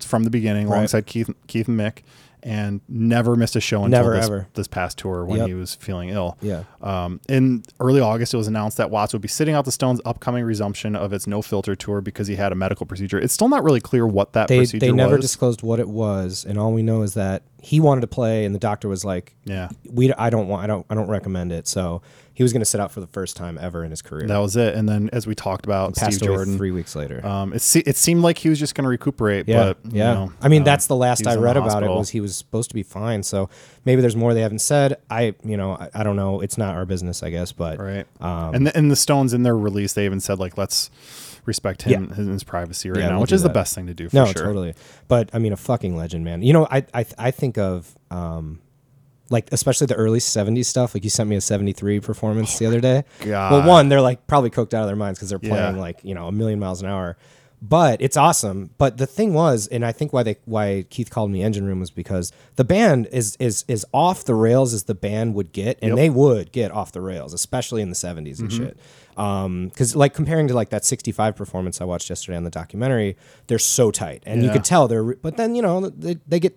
A: from the beginning
B: Right.
A: alongside Keith Keith and Mick and never missed a show until
B: Never,
A: this,
B: ever.
A: this past tour when
B: Yep.
A: he was feeling ill.
B: Yeah.
A: Um, in early August, it was announced that Watts would be sitting out the Stones' upcoming resumption of its No Filter tour because he had a medical procedure. It's still not really clear what that
B: They
A: procedure
B: they never
A: was.
B: disclosed what it was, and all we know is that he wanted to play, and the doctor was like,
A: yeah,
B: "We I don't want I don't I don't recommend it." So he was going to sit out for the first time ever in his career.
A: that was it. And then, as we talked about,
B: Passed
A: Steve
B: away
A: Jordan.
B: three weeks later.
A: Um, it se- it seemed like he was just going to recuperate,
B: yeah,
A: but you
B: yeah.
A: know,
B: I mean,
A: um,
B: that's the last
A: he was
B: I
A: in the
B: read about it
A: hospital.
B: was he was supposed to be fine. So maybe there's more they haven't said. I you know I, I don't know. It's not our business, I guess. But
A: right?
B: um,
A: and the, and the Stones in their release, they even said like, let's respect him his, his privacy right
B: Yeah,
A: now,
B: we'll
A: which
B: do
A: is the
B: that.
A: best thing to do. for
B: no,
A: sure.
B: totally. But I mean, a fucking legend, man. You know, I I I think of um, like especially the early '70s stuff. Like you sent me a '73 performance the other day.
A: God.
B: Well, one, they're like probably coked out of their minds because they're
A: Yeah.
B: playing like you know a million miles an hour. But it's awesome. But the thing was, and I think why they why Keith called me Engine Room was because the band is is is off the rails as the band would get, and they would get off the rails, especially in the '70s
A: Mm-hmm.
B: and shit. Because like comparing to like that '65 performance I watched yesterday on the documentary, they're so tight, and you
A: Yeah.
B: could tell they're. re- But then you know they, they get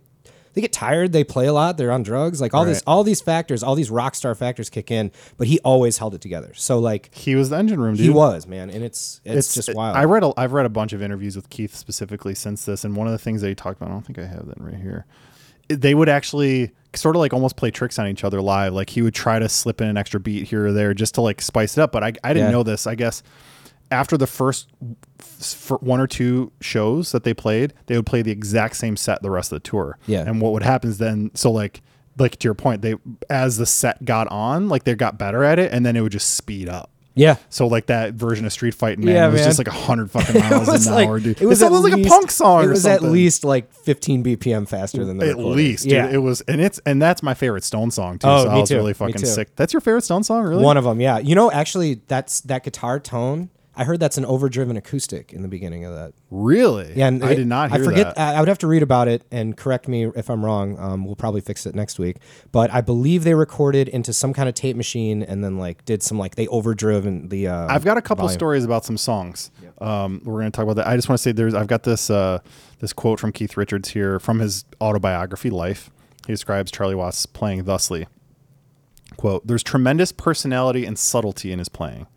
B: they get tired, they play a lot, they're on drugs, like all this,
A: Right.
B: all these factors, all these rock star factors kick in. But he always held it together. So like
A: He was the engine room dude.
B: he was, man, and it's it's, just wild.
A: I read a, I've read a bunch of interviews with Keith specifically since this, and one of the things that he talked about, I don't think I have that right here. It- They would actually sort of like almost play tricks on each other live. Like he would try to slip in an extra beat here or there just to like spice it up. But I, I didn't
B: Yeah.
A: know this. I guess after the first f- for one or two shows that they played, they would play the exact same set the rest of the tour.
B: Yeah.
A: And what would happen is then, so like, like to your point, they as the set got on, like they got better at it, and then it would just speed up.
B: Yeah.
A: So like that version of Street Fighting Man
B: Yeah,
A: was
B: man.
A: just like hundred fucking miles
B: It was
A: an
B: like-
A: hour, dude.
B: It was, at
A: almost like a
B: least-
A: punk song.
B: It
A: or
B: was at
A: something.
B: least like 15 BPM faster than the
A: At
B: recording.
A: least, dude.
B: Yeah.
A: It was, and it's, and that's my favorite Stone song too.
B: Oh,
A: so I
B: me
A: was
B: too.
A: really
B: Me
A: fucking
B: too.
A: sick. That's your favorite Stone song, really?
B: One of them, yeah. You know, actually, that's that guitar tone. I heard that's an overdriven acoustic in the beginning of that.
A: really?
B: Yeah, and
A: I
B: it-
A: did not
B: I
A: hear
B: forget.
A: that.
B: I I would have to read about it and correct me if I'm wrong. Um, we'll probably fix it next week. But I believe they recorded into some kind of tape machine and then like did some like they overdriven the. Uh,
A: I've got a couple
B: volume.
A: stories about some songs. Um, we're going to talk about that. I just want to say there's I've got this uh, this quote from Keith Richards here from his autobiography Life. He describes Charlie Watts playing thusly. Quote, there's tremendous personality and subtlety in his playing.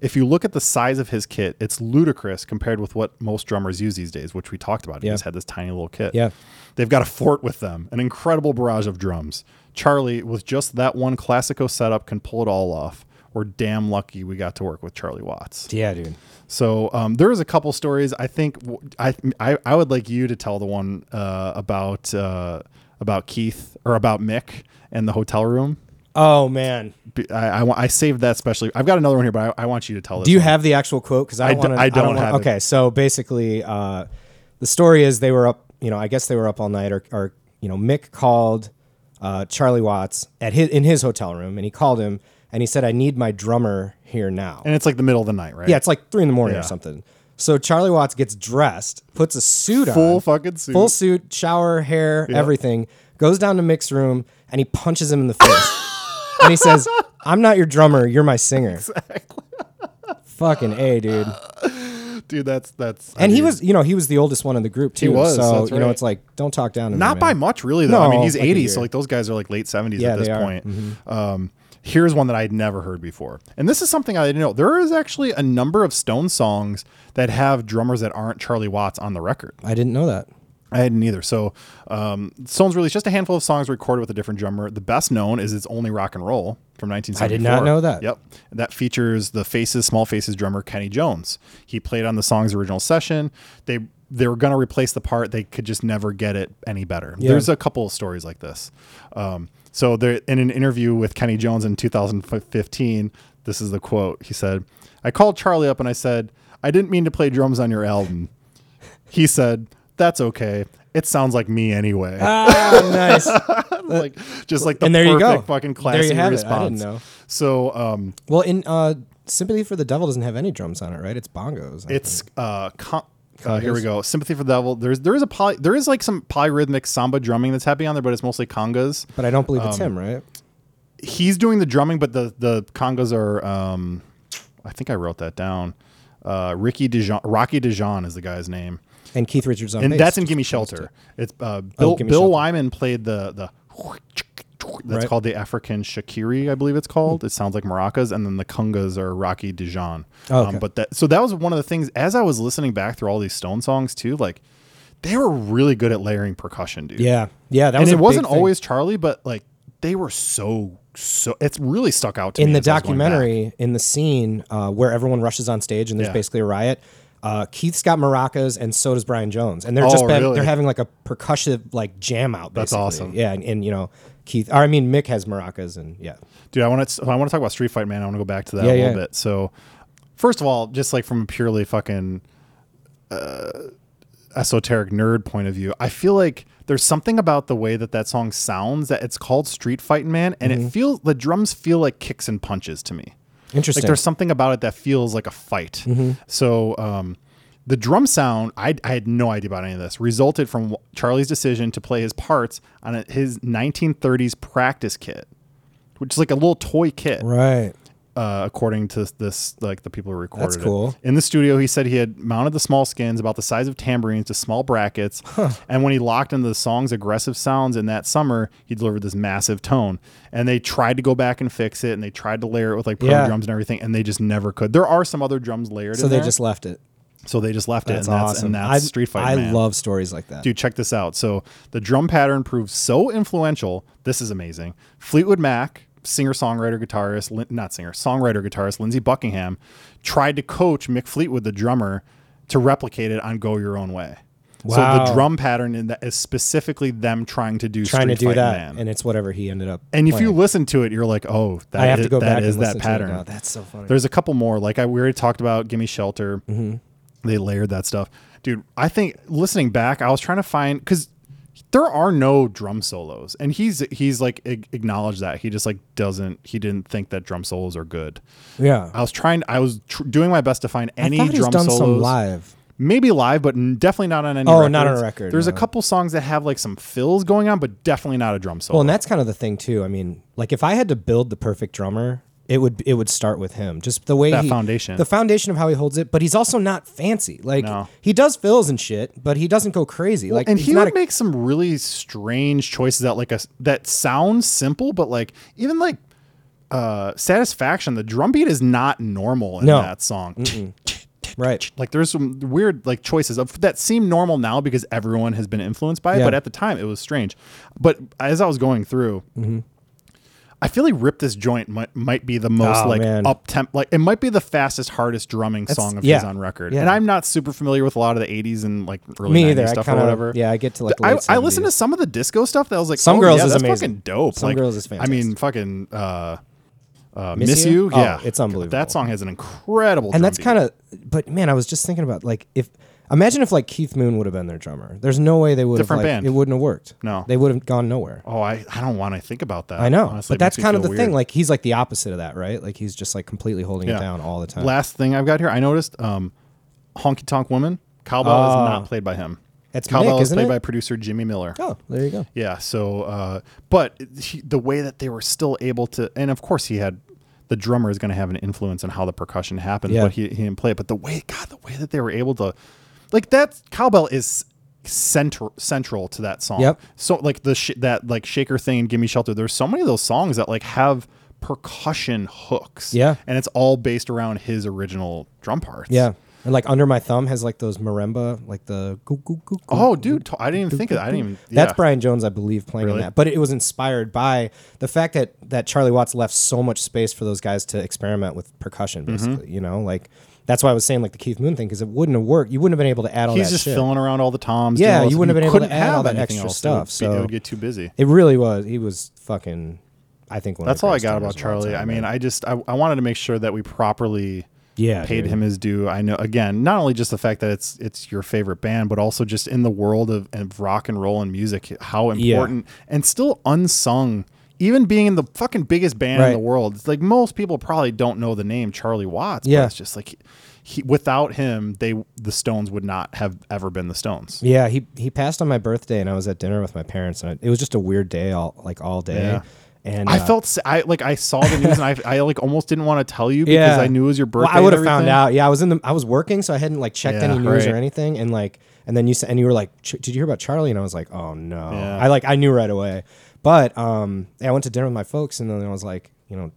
A: If you look at the size of his kit, it's ludicrous compared with what most drummers use these days, which we talked about. He
B: Yeah.
A: just had this tiny little kit.
B: Yeah.
A: They've got a fort with them, an incredible barrage of drums. Charlie, with just that one Classico setup, can pull it all off. We're damn lucky we got to work with Charlie Watts.
B: Yeah, dude.
A: So um, there is a couple stories. I think w- I, I I would like you to tell the one uh, about uh, about Keith or about Mick and the hotel room.
B: Oh man.
A: B- I, I wa- I saved that specially. I've got another one here, but I, I want you to tell this.
B: Do you
A: one.
B: have the actual quote? Because I,
A: I
B: don't
A: d-
B: wanna-
A: I don't
B: wanna-
A: have it.
B: Okay, so basically, uh, the story is they were up. You know, I guess they were up all night, or, or you know, Mick called uh, Charlie Watts at his in his hotel room, and he called him and he said, "I need my drummer here now."
A: And it's like the middle of the night, right?
B: yeah, it's like three in the morning
A: Yeah.
B: or something. So Charlie Watts gets dressed, puts a suit
A: full
B: on,
A: fucking suit.
B: full suit, shower, hair, everything. Goes down to Mick's room and he punches him in the face. and he says, "I'm not your drummer. You're my singer." Fucking a, dude.
A: Ah, dude. That's that's. I
B: And he
A: mean,
B: was, you know, he was the oldest one in the group too.
A: was,
B: So
A: that's
B: you know,
A: right.
B: it's like don't talk down. To
A: Not
B: me,
A: by
B: man.
A: much, really. Though I mean,
B: No,
A: he's
B: like a
A: 80,
B: year.
A: so like those guys are like late 70s
B: Yeah,
A: at this
B: they are. Mm-hmm.
A: point. Um, here's one that I'd never heard before, and this is something I didn't know. There is actually a number of Stone songs that have drummers that aren't Charlie Watts on the record.
B: I didn't know that.
A: I hadn't either. So, um, Stones released just a handful of songs recorded with a different drummer. The best known is "It's Only Rock and Roll" from 1974.
B: I did not know that.
A: Yep, that features the Faces, Small Faces drummer Kenny Jones. He played on the song's original session. They they were going to replace the part. They could just never get it any better. There's a couple of stories like this. Um, so, there, in an interview with Kenny Jones in 2015, this is the quote. He said, "I called Charlie up and I said." I didn't mean to play drums on your album. He said, "That's okay. It sounds like me anyway."
B: Ah, nice.
A: like just like the
B: And there you
A: perfect
B: go.
A: fucking
B: There
A: classy
B: you have it.
A: response.
B: I didn't know.
A: So um,
B: Well, in uh, Sympathy for the Devil doesn't have any drums on it, right? It's bongos. I
A: it's uh, con- uh here we go. Sympathy for the Devil. There's there is a poly, there is like some polyrhythmic samba drumming that's happening on there, but it's mostly congas.
B: think. but I don't believe it's
A: um,
B: him, right?
A: He's doing the drumming, but the the congas are. Um, I think I wrote that down. Uh, Ricky Dijon, Rocky Dijon is the guy's name.
B: And Keith Richards on
A: and
B: bass.
A: that's in Gimme Shelter. It's uh, Bill
B: Oh, Gimme
A: Bill
B: Shelter.
A: Wyman played the the that's
B: Right.
A: called the African Shakiri, I believe it's called. It sounds like maracas, and then the kungas are Rocky Dijon. Um,
B: Oh, okay.
A: but that so that was one of the things as I was listening back through all these Stone songs too, like they were really good at layering percussion, dude.
B: yeah, yeah. That
A: and
B: was a
A: it
B: big
A: wasn't
B: thing.
A: always Charlie, but like they were so so. It's really stuck out to
B: in
A: me
B: the
A: as I was going back.
B: documentary in the scene uh, where everyone rushes on stage and there's
A: Yeah.
B: basically a riot. Uh, Keith's got maracas and so does Brian Jones, and they're just
A: Oh,
B: ba-
A: really?
B: they're having like a percussive like jam out. Basically.
A: awesome.
B: Yeah, and, and you know Keith, or I mean Mick has maracas, and yeah,
A: dude i want to i want to talk about street fight man i want to go back to that a
B: Yeah,
A: little
B: yeah.
A: bit so first of all just like from a purely fucking uh, esoteric nerd point of view i feel like there's something about the way that that song sounds that it's called street fighting man and
B: Mm-hmm.
A: it feels the drums feel like kicks and punches to me
B: interesting.
A: like there's something about it that feels like a fight. So um, the drum sound, I, I had no idea about any of this, resulted from Charlie's decision to play his parts on a, his 1930s practice kit, which is like a little toy kit
B: right.
A: uh, according to this, like the people who recorded
B: That's
A: it.
B: cool.
A: In the studio, he said he had mounted the small skins about the size of tambourines to small brackets, and when he locked into the song's aggressive sounds in that summer, he delivered this massive tone. And they tried to go back and fix it, and they tried to layer it with like pro
B: Yeah.
A: drums and everything, and they just never could. There are some other drums layered,
B: So
A: in
B: they
A: there,
B: just left it.
A: so they just left
B: That's
A: it, and that's,
B: awesome.
A: and that's
B: I,
A: Street Fight.
B: I
A: man.
B: love stories like that.
A: Dude, check this out. So the drum pattern proved so influential. This is amazing. Fleetwood Mac, singer songwriter guitarist, Lin- not singer songwriter guitarist Lindsey Buckingham, tried to coach Mick Fleetwood, the drummer, to replicate it on "Go Your Own Way." So the
B: Wow.
A: drum pattern in that is specifically them trying to do
B: trying to
A: Street
B: do
A: Fight
B: that,
A: Man.
B: and it's whatever he ended up.
A: And if you
B: playing.
A: listen to it, you're like, oh, that
B: I have
A: is-
B: to go
A: that
B: back
A: is
B: and
A: that
B: listen to it
A: pattern.
B: now. That's so funny.
A: There's a couple more. Like I we already talked about Gimme Shelter.
B: Mm-hmm.
A: They layered that stuff. Dude, I think listening back, I was trying to find because there are no drum solos. And he's he's like ag- acknowledged that. He just like doesn't he didn't think that drum solos are good.
B: yeah.
A: I was trying I was tr- doing my best to find any
B: I thought he's
A: drum
B: done
A: solos
B: some live.
A: maybe live, but n- definitely not on any.
B: Oh,
A: records.
B: not on a record,
A: There's a
B: no.
A: couple songs that have like some fills going on, but definitely not a drum solo.
B: Well, and that's kind of the thing too. I mean, like if I had to build the perfect drummer, it would it would start with him. Just the way
A: That
B: he-
A: foundation.
B: the foundation of how he holds it. But he's also not fancy. Like
A: No.
B: he does fills and shit, but he doesn't go crazy. Like
A: and
B: he's
A: he
B: not
A: would
B: a-
A: make some really strange choices that like a that sound simple, but like even like uh satisfaction. The drum beat is not normal in
B: No.
A: that song.
B: right.
A: Like there's some weird like choices of that seem normal now because everyone has been influenced by it,
B: Yeah.
A: but at the time it was strange. But as I was going through,
B: Mm-hmm.
A: I feel like "Rip This Joint" might, might be the most
B: Oh,
A: like
B: man.
A: up temp, like it might be the fastest, hardest drumming song of his
B: yeah.
A: on record.
B: Yeah.
A: And I'm not super familiar with a lot of the '80s and like early
B: Me
A: 90s
B: either. I
A: stuff
B: kinda-
A: or whatever.
B: yeah, I get to, like,
A: The- I,
B: late
A: I listened to
B: 70s.
A: some of the disco stuff that I was like,
B: Some
A: oh,
B: Girls
A: yeah,
B: is
A: that's
B: amazing.
A: fucking dope.
B: Some
A: like,
B: Girls is
A: I mean,
B: fantastic.
A: fucking uh, uh,
B: Miss
A: miss,
B: You?
A: you.
B: Oh,
A: Yeah,
B: it's
A: God,
B: unbelievable.
A: That song has an incredible.
B: And that's kind of. But man, I was just thinking about like if imagine if like Keith Moon would have been their drummer. There's no way they would
A: Different
B: have like,
A: band.
B: It wouldn't have worked.
A: No.
B: they would have gone nowhere.
A: Oh, I, I don't want to think about that.
B: I know,
A: honestly. It
B: but that's
A: makes me
B: kind of the
A: feel
B: thing.
A: weird.
B: Like he's like the opposite of that, right? Like he's just like completely holding
A: Yeah.
B: it down all the time.
A: Last thing I've got here, I noticed um, Honky Tonk Woman, Cowbell is
B: Oh.
A: not played by him.
B: That's
A: Cowbell
B: Mick,
A: is
B: isn't
A: played
B: it?
A: by producer Jimmy Miller.
B: oh, there you go.
A: Yeah, so, uh, but he, the way that they were still able to, and of course he had, the drummer is going to have an influence on how the percussion happens,
B: Yeah.
A: but he, he didn't play it. But the way, God, the way that they were able to, like that Cowbell is central central to that song.
B: Yep.
A: So like the sh- that like shaker thing and gimme shelter. There's so many of those songs that like have percussion hooks.
B: Yeah.
A: And it's all based around his original drum parts.
B: Yeah. And like under my thumb has like those marimba, like the goo goo goo. goo.
A: Oh, dude, to- I didn't even think of that. I didn't even.
B: That's
A: yeah.
B: Brian Jones, I believe, playing
A: Really?
B: in that. But it was inspired by the fact that that Charlie Watts left so much space for those guys to experiment with percussion,
A: Mm-hmm.
B: basically. You know, like that's why I was saying like the Keith Moon thing because it wouldn't have worked. You wouldn't have been able to add all
A: He's
B: that
A: just
B: shit.
A: filling around all the toms.
B: Yeah,
A: doing all
B: you
A: this-
B: wouldn't have been able to
A: couldn't
B: add all
A: have
B: that
A: anything
B: extra
A: else.
B: stuff,
A: it would, be- it
B: so-
A: would get too busy.
B: it really was. He was fucking. I think one of
A: That's
B: the
A: all I
B: greatest
A: got
B: drummers
A: about
B: of all
A: Charlie.
B: time,
A: I mean,
B: man.
A: I just I, I wanted to make sure that we properly
B: yeah,
A: paid
B: dude.
A: him his due. I know again, not only just the fact that it's it's your favorite band, but also just in the world of, of rock and roll and music, how important and still unsung. Even being in the fucking biggest band in
B: Right.
A: the world, it's like most people probably don't know the name Charlie Watts.
B: Yeah.
A: but it's just like he, without him, they the Stones would not have ever been the Stones.
B: Yeah, he he passed on my birthday, and I was at dinner with my parents, and it was just a weird day, all like all day.
A: Yeah.
B: And
A: I
B: uh,
A: felt sa- I like I saw the news and I, I like almost didn't want to tell you because I knew it was your birthday.
B: Well, I would have
A: and
B: found
A: everything.
B: out. Yeah, I was in the I was working, so I hadn't like checked
A: Yeah,
B: any news
A: right.
B: or anything. And like, and then you said, and you were like, "Ch- "Did you hear about Charlie?" And I was like, "Oh no!"
A: Yeah.
B: I like I knew right away. But um, I went to dinner with my folks, and then I was like, you know,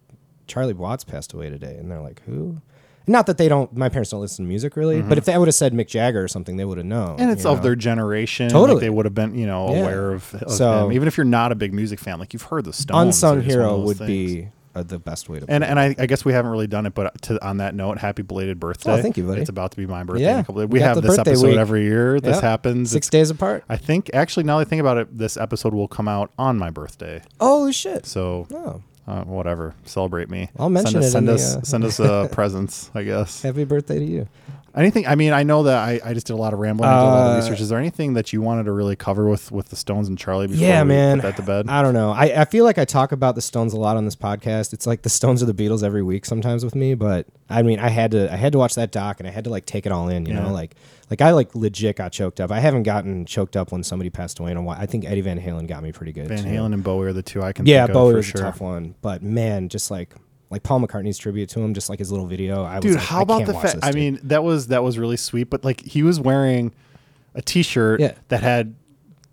B: Charlie Watts passed away today, and they're like, who? Not that they don't. My parents don't listen to music really, but if I would have said Mick Jagger or something, they would have known.
A: Mm-hmm. and it's
B: you
A: of
B: know?
A: their generation. like
B: Totally.
A: they would have been you know
B: Yeah.
A: aware of, of
B: So-
A: him, even if you're not a big music fan. Like you've heard the Stones.
B: unsung
A: it's one of
B: hero
A: those
B: would
A: things.
B: be uh, the best way to.
A: And and I, I guess we haven't really done it, but uh, to, on that note, happy belated birthday!
B: thank you, buddy.
A: It's about to be my birthday. in a
B: Yeah,
A: couple of-
B: we
A: we
B: got
A: have
B: the
A: this
B: birthday
A: episode
B: week.
A: every year. This
B: Yep.
A: happens.
B: six
A: It's-
B: days apart.
A: I think actually now that I think about it, this episode will come out on my birthday.
B: Holy shit!
A: So
B: oh,
A: uh, whatever, celebrate me.
B: I'll mention
A: send us,
B: it
A: Send
B: in the,
A: us
B: uh,
A: send us uh, presents, I guess.
B: happy birthday to you.
A: Anything? I mean, I know that I, I just did a lot of rambling, I did a lot of
B: Uh,
A: research. Is there anything that you wanted to really cover with with the Stones and Charlie? Before
B: yeah,
A: we
B: man.
A: Put that to bed.
B: I don't know. I, I feel like I talk about the Stones a lot on this podcast. It's like the Stones or the Beatles every week sometimes with me, but I mean, I had to I had to watch that doc and I had to like take it all in, you
A: Yeah.
B: know, like like I like legit got choked up. I haven't gotten choked up when somebody passed away in a while. I think Eddie Van Halen got me pretty good.
A: Van
B: too.
A: Halen and Bowie are the two I can.
B: Yeah,
A: think
B: Bowie
A: of for
B: was
A: sure.
B: a tough one, but man, just like like Paul McCartney's tribute to him, just like his little video. I
A: Dude,
B: was like,
A: how
B: I
A: about
B: can't
A: the
B: watch
A: fact?
B: this,
A: I
B: dude.
A: mean, that was that was really sweet, but like he was wearing a T-shirt
B: Yeah.
A: that had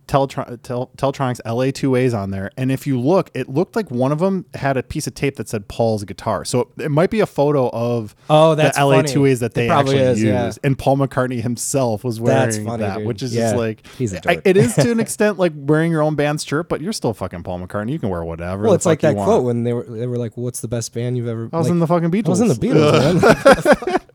A: Teletron, Tel, Teletronics LA two A's on there, and if you look, it looked like one of them had a piece of tape that said Paul's guitar. So it, it might be a photo of
B: Oh, that's
A: the LA
B: funny.
A: two A's that
B: It
A: they
B: probably
A: actually
B: is,
A: used,
B: yeah.
A: and Paul McCartney himself was wearing
B: That's funny,
A: that,
B: dude.
A: which is
B: Yeah.
A: just like
B: He's a
A: I-
B: dork.
A: it is to an extent like wearing your own band's shirt, but you're still fucking Paul McCartney. You can wear whatever.
B: well,
A: the
B: it's like
A: fuck you
B: that
A: want.
B: quote when they were they were like, "What's the best band you've ever?"
A: I was in the fucking Beatles.
B: I was in the Beatles, man.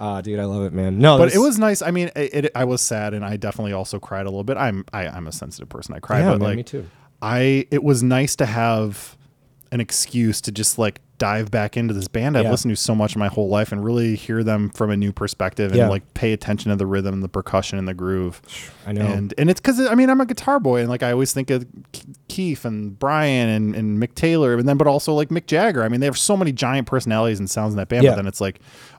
B: Ah, dude, I love it, man. No,
A: but it was nice. I mean, it, it, I was sad, and I definitely also cried a little bit. I'm I, I'm a sensitive person. I cry,
B: Yeah,
A: but
B: man,
A: like
B: me too.
A: I it was nice to have an excuse to just like dive back into this band I've
B: Yeah.
A: listened to so much my whole life and really hear them from a new perspective and
B: Yeah.
A: like pay attention to the rhythm, the percussion, and the groove.
B: I know.
A: And and it's because I mean I'm a guitar boy and like I always think of Ke- Keith and Brian and, and Mick Taylor and then but also like Mick Jagger. I mean they have so many giant personalities and sounds in that band.
B: Yeah.
A: But then it's like,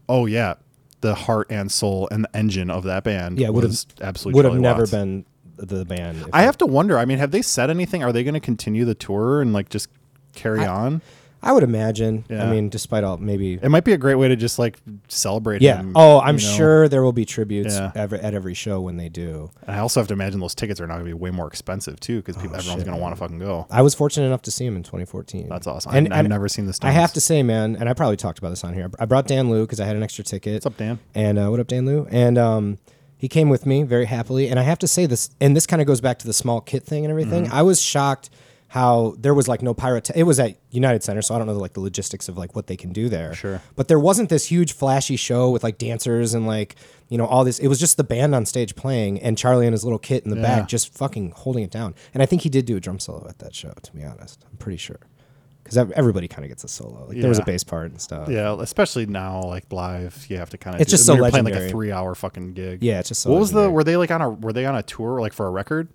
A: oh yeah, the heart and soul and the engine of that band.
B: Yeah, would've-
A: was absolutely
B: would have
A: Charlie
B: never
A: Watts.
B: been the band. if
A: I have to wonder. I mean, have they said anything? Are they going to continue the tour and like just carry on?
B: I would imagine.
A: Yeah.
B: I mean, despite all, maybe.
A: It might be a great way to just like celebrate.
B: Yeah.
A: him,
B: oh, I'm
A: you know?
B: sure there will be tributes
A: Yeah.
B: ever, at every show when they do.
A: And I also have to imagine those tickets are not going to be way more expensive too, because
B: Oh,
A: people, everyone's going to want to fucking go.
B: I was fortunate enough to see him in 2014.
A: That's awesome.
B: And,
A: I, I've
B: and
A: never seen this.
B: I have to say, man, and I probably talked about this on here. I brought Dan Lou because I had an extra ticket.
A: What's up, Dan?
B: And uh, what up, Dan Lou? And um, he came with me very happily. And I have to say this, and this kind of goes back to the small kit thing and everything.
A: Mm-hmm.
B: I was shocked how there was like no pirate. It was at United Center, so I don't know like the logistics of like what they can do there.
A: Sure.
B: But there wasn't this huge flashy show with like dancers and like you know all this. It was just the band on stage playing and Charlie and his little kit in the
A: Yeah.
B: back just fucking holding it down. And I think he did do a drum solo at that show. To be honest, I'm pretty sure. Because everybody kind of gets a solo. Like there was a
A: Yeah.
B: bass part and stuff.
A: Yeah, especially now, like live, you have to kind of.
B: It's just so
A: we were playing like a
B: legendary.
A: three-hour fucking gig.
B: Yeah, it's just so
A: what was the?
B: legendary.
A: Were they like on a? Were they on a tour like for a record?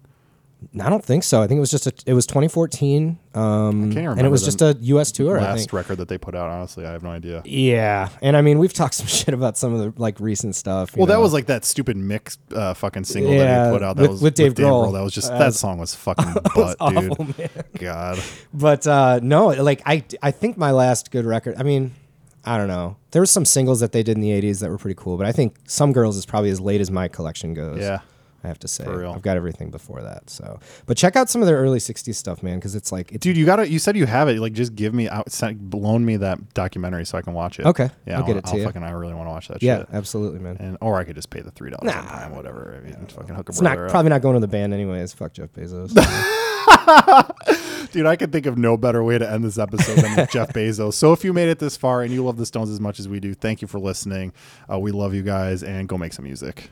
B: I don't think so. I think it was just a, it was 2014, um,
A: Can't remember.
B: and it was
A: the
B: just a U.S. tour. I
A: last
B: think.
A: record that they put out. Honestly, I have no idea.
B: Yeah, and I mean we've talked some shit about some of the like recent stuff. you
A: Well, that
B: know.
A: was like that stupid mix uh, fucking single that
B: Yeah,
A: he put out. That
B: with-
A: was
B: with Dave Grohl. Uh,
A: That was just that song was fucking butt,
B: awful,
A: dude. God,
B: but uh, no, like I I think my last good record. I mean, I don't know. There was some singles that they did in the 80s that were pretty cool, but I think Some Girls is probably as late as my collection goes.
A: Yeah.
B: I have to say,
A: real.
B: I've got everything before that. So, but check out some of their early 60s stuff, man, because it's like it's
A: dude, you gotta. You said you have it. Like, just give me out, send, loan me that documentary so I can watch it.
B: Okay,
A: yeah,
B: I'll
A: I
B: get
A: wanna-
B: it to
A: I'll
B: you.
A: fucking, I really want to watch that.
B: yeah,
A: shit.
B: absolutely, man.
A: and or I could just pay the three dollars
B: Nah.
A: a time, whatever. I mean, fucking hook a
B: it's not
A: brother up.
B: probably not going to the band anyways. Fuck Jeff Bezos.
A: Dude, I could think of no better way to end this episode than with Jeff Bezos. So if you made it this far and you love the Stones as much as we do, thank you for listening. Uh, we love you guys, and go make some music.